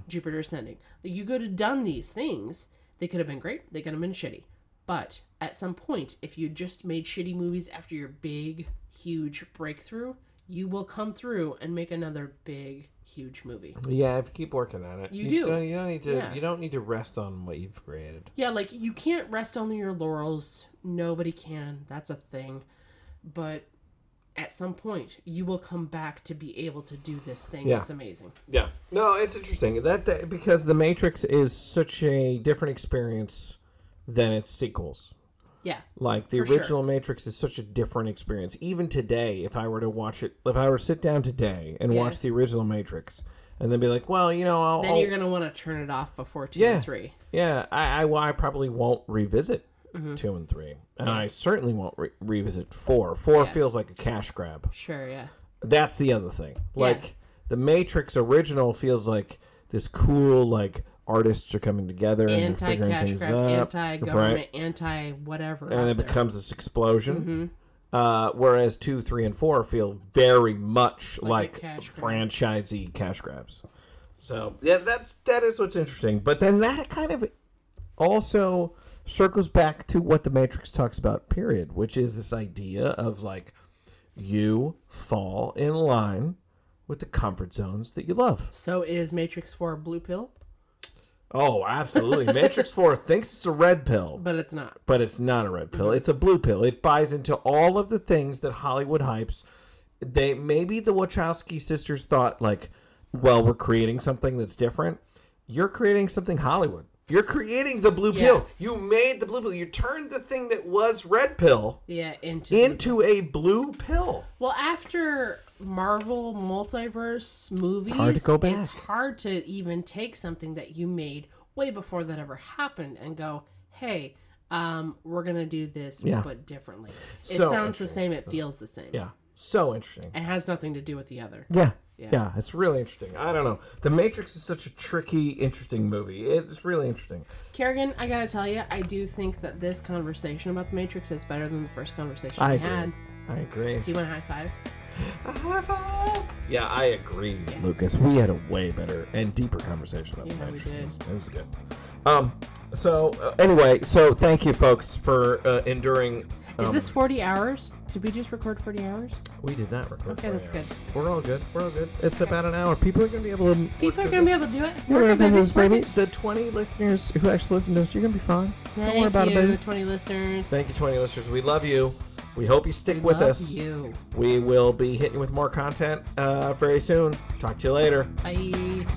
S2: Jupiter ascending. Like you could have done these things. They could have been great. They could have been shitty. But at some point, if you just made shitty movies after your big, huge breakthrough, you will come through and make another big, huge movie.
S1: Yeah, if you keep working on it,
S2: You do.
S1: Don't, you don't need to.
S2: Yeah.
S1: You don't need to rest on what you've created.
S2: Yeah, like you can't rest on your laurels. Nobody can. That's a thing. But at some point, you will come back to be able to do this thing
S1: Yeah.
S2: that's amazing.
S1: Yeah. No, it's interesting that, that because the Matrix is such a different experience than its sequels.
S2: Yeah.
S1: Like the
S2: For sure.
S1: original Matrix is such a different experience. Even today, if I were to watch it, if I were to sit down today and
S2: Yeah.
S1: watch the original Matrix, and then be like, well, you know, I'll,
S2: Then
S1: I'll-
S2: you're going to want to turn it off before two
S1: Oh. Yeah.
S2: or three.
S1: yeah, I, I, well, I probably won't revisit two and three, and I certainly won't re- revisit four. Four feels like a cash grab.
S2: Sure, yeah.
S1: that's the other thing. Like the Matrix original feels like this cool like artists are coming together and they're
S2: Anti
S1: figuring
S2: cash
S1: things
S2: grab,
S1: out,
S2: anti government, anti whatever.
S1: and it becomes this
S2: Mm-hmm.
S1: explosion. Uh, whereas two, three, and four feel very much
S2: Like a
S1: like,
S2: cash grab.
S1: franchisee cash grabs. So yeah, that's that is what's interesting. But then that kind of also circles back to what the Matrix talks about. Period, which is this idea of like you fall in line with the comfort zones that you love.
S2: So is Matrix 4 a blue pill?
S1: Oh, absolutely. Matrix Four thinks it's a red pill.
S2: But it's not.
S1: but it's not a red pill. It's a blue pill. It buys into all of the things that Hollywood hypes. They maybe the Wachowski sisters thought like, well, we're creating something that's different. You're creating something Hollywood. You're creating the blue
S2: Yeah.
S1: pill. You made the blue pill. You turned the thing that was red pill
S2: Yeah, into.
S1: into a blue pill.
S2: Well, after Marvel multiverse movies,
S1: hard to go back.
S2: it's hard to even take something that you made way before that ever happened and go, "Hey, um, we're gonna do this,
S1: Yeah.
S2: but differently." It
S1: So
S2: sounds the same. It feels the same.
S1: Yeah. So interesting.
S2: It has nothing to do with the other.
S1: Yeah. Yeah. it's really interesting. I don't know. The Matrix is such a tricky, interesting movie. It's really interesting.
S2: Kerrigan, I gotta tell you, I do think that this conversation about the Matrix is better than the first conversation
S1: I
S2: we
S1: agree.
S2: had.
S1: I agree.
S2: Do you want a high five?
S1: Yeah, I agree, Lucas. We had a way better and deeper conversation about
S2: Yeah,
S1: the
S2: we
S1: mattresses. It was good. Um, so uh, anyway, so thank you, folks, for uh, enduring.
S2: Is
S1: um,
S2: this 40 hours? Did we just record 40 hours?
S1: We did not record.
S2: Okay,
S1: for
S2: that's
S1: an hour.
S2: good.
S1: We're all good. We're all good. It's about an hour. People are gonna be able to. work
S2: People are
S1: through
S2: gonna be
S1: this.
S2: able to do it.
S1: You're
S2: Work
S1: gonna
S2: it,
S1: be able to do this,
S2: Work
S1: baby. The 20 listeners who actually listen to us, you're gonna be fine.
S2: Thank
S1: Don't worry about
S2: you,
S1: it, baby.
S2: 20 listeners.
S1: Thank you, 20 listeners. We love you. We hope you stick with
S2: Love
S1: us.
S2: you.
S1: We will be hitting you with more content uh, very soon. Talk to you later.
S2: Bye.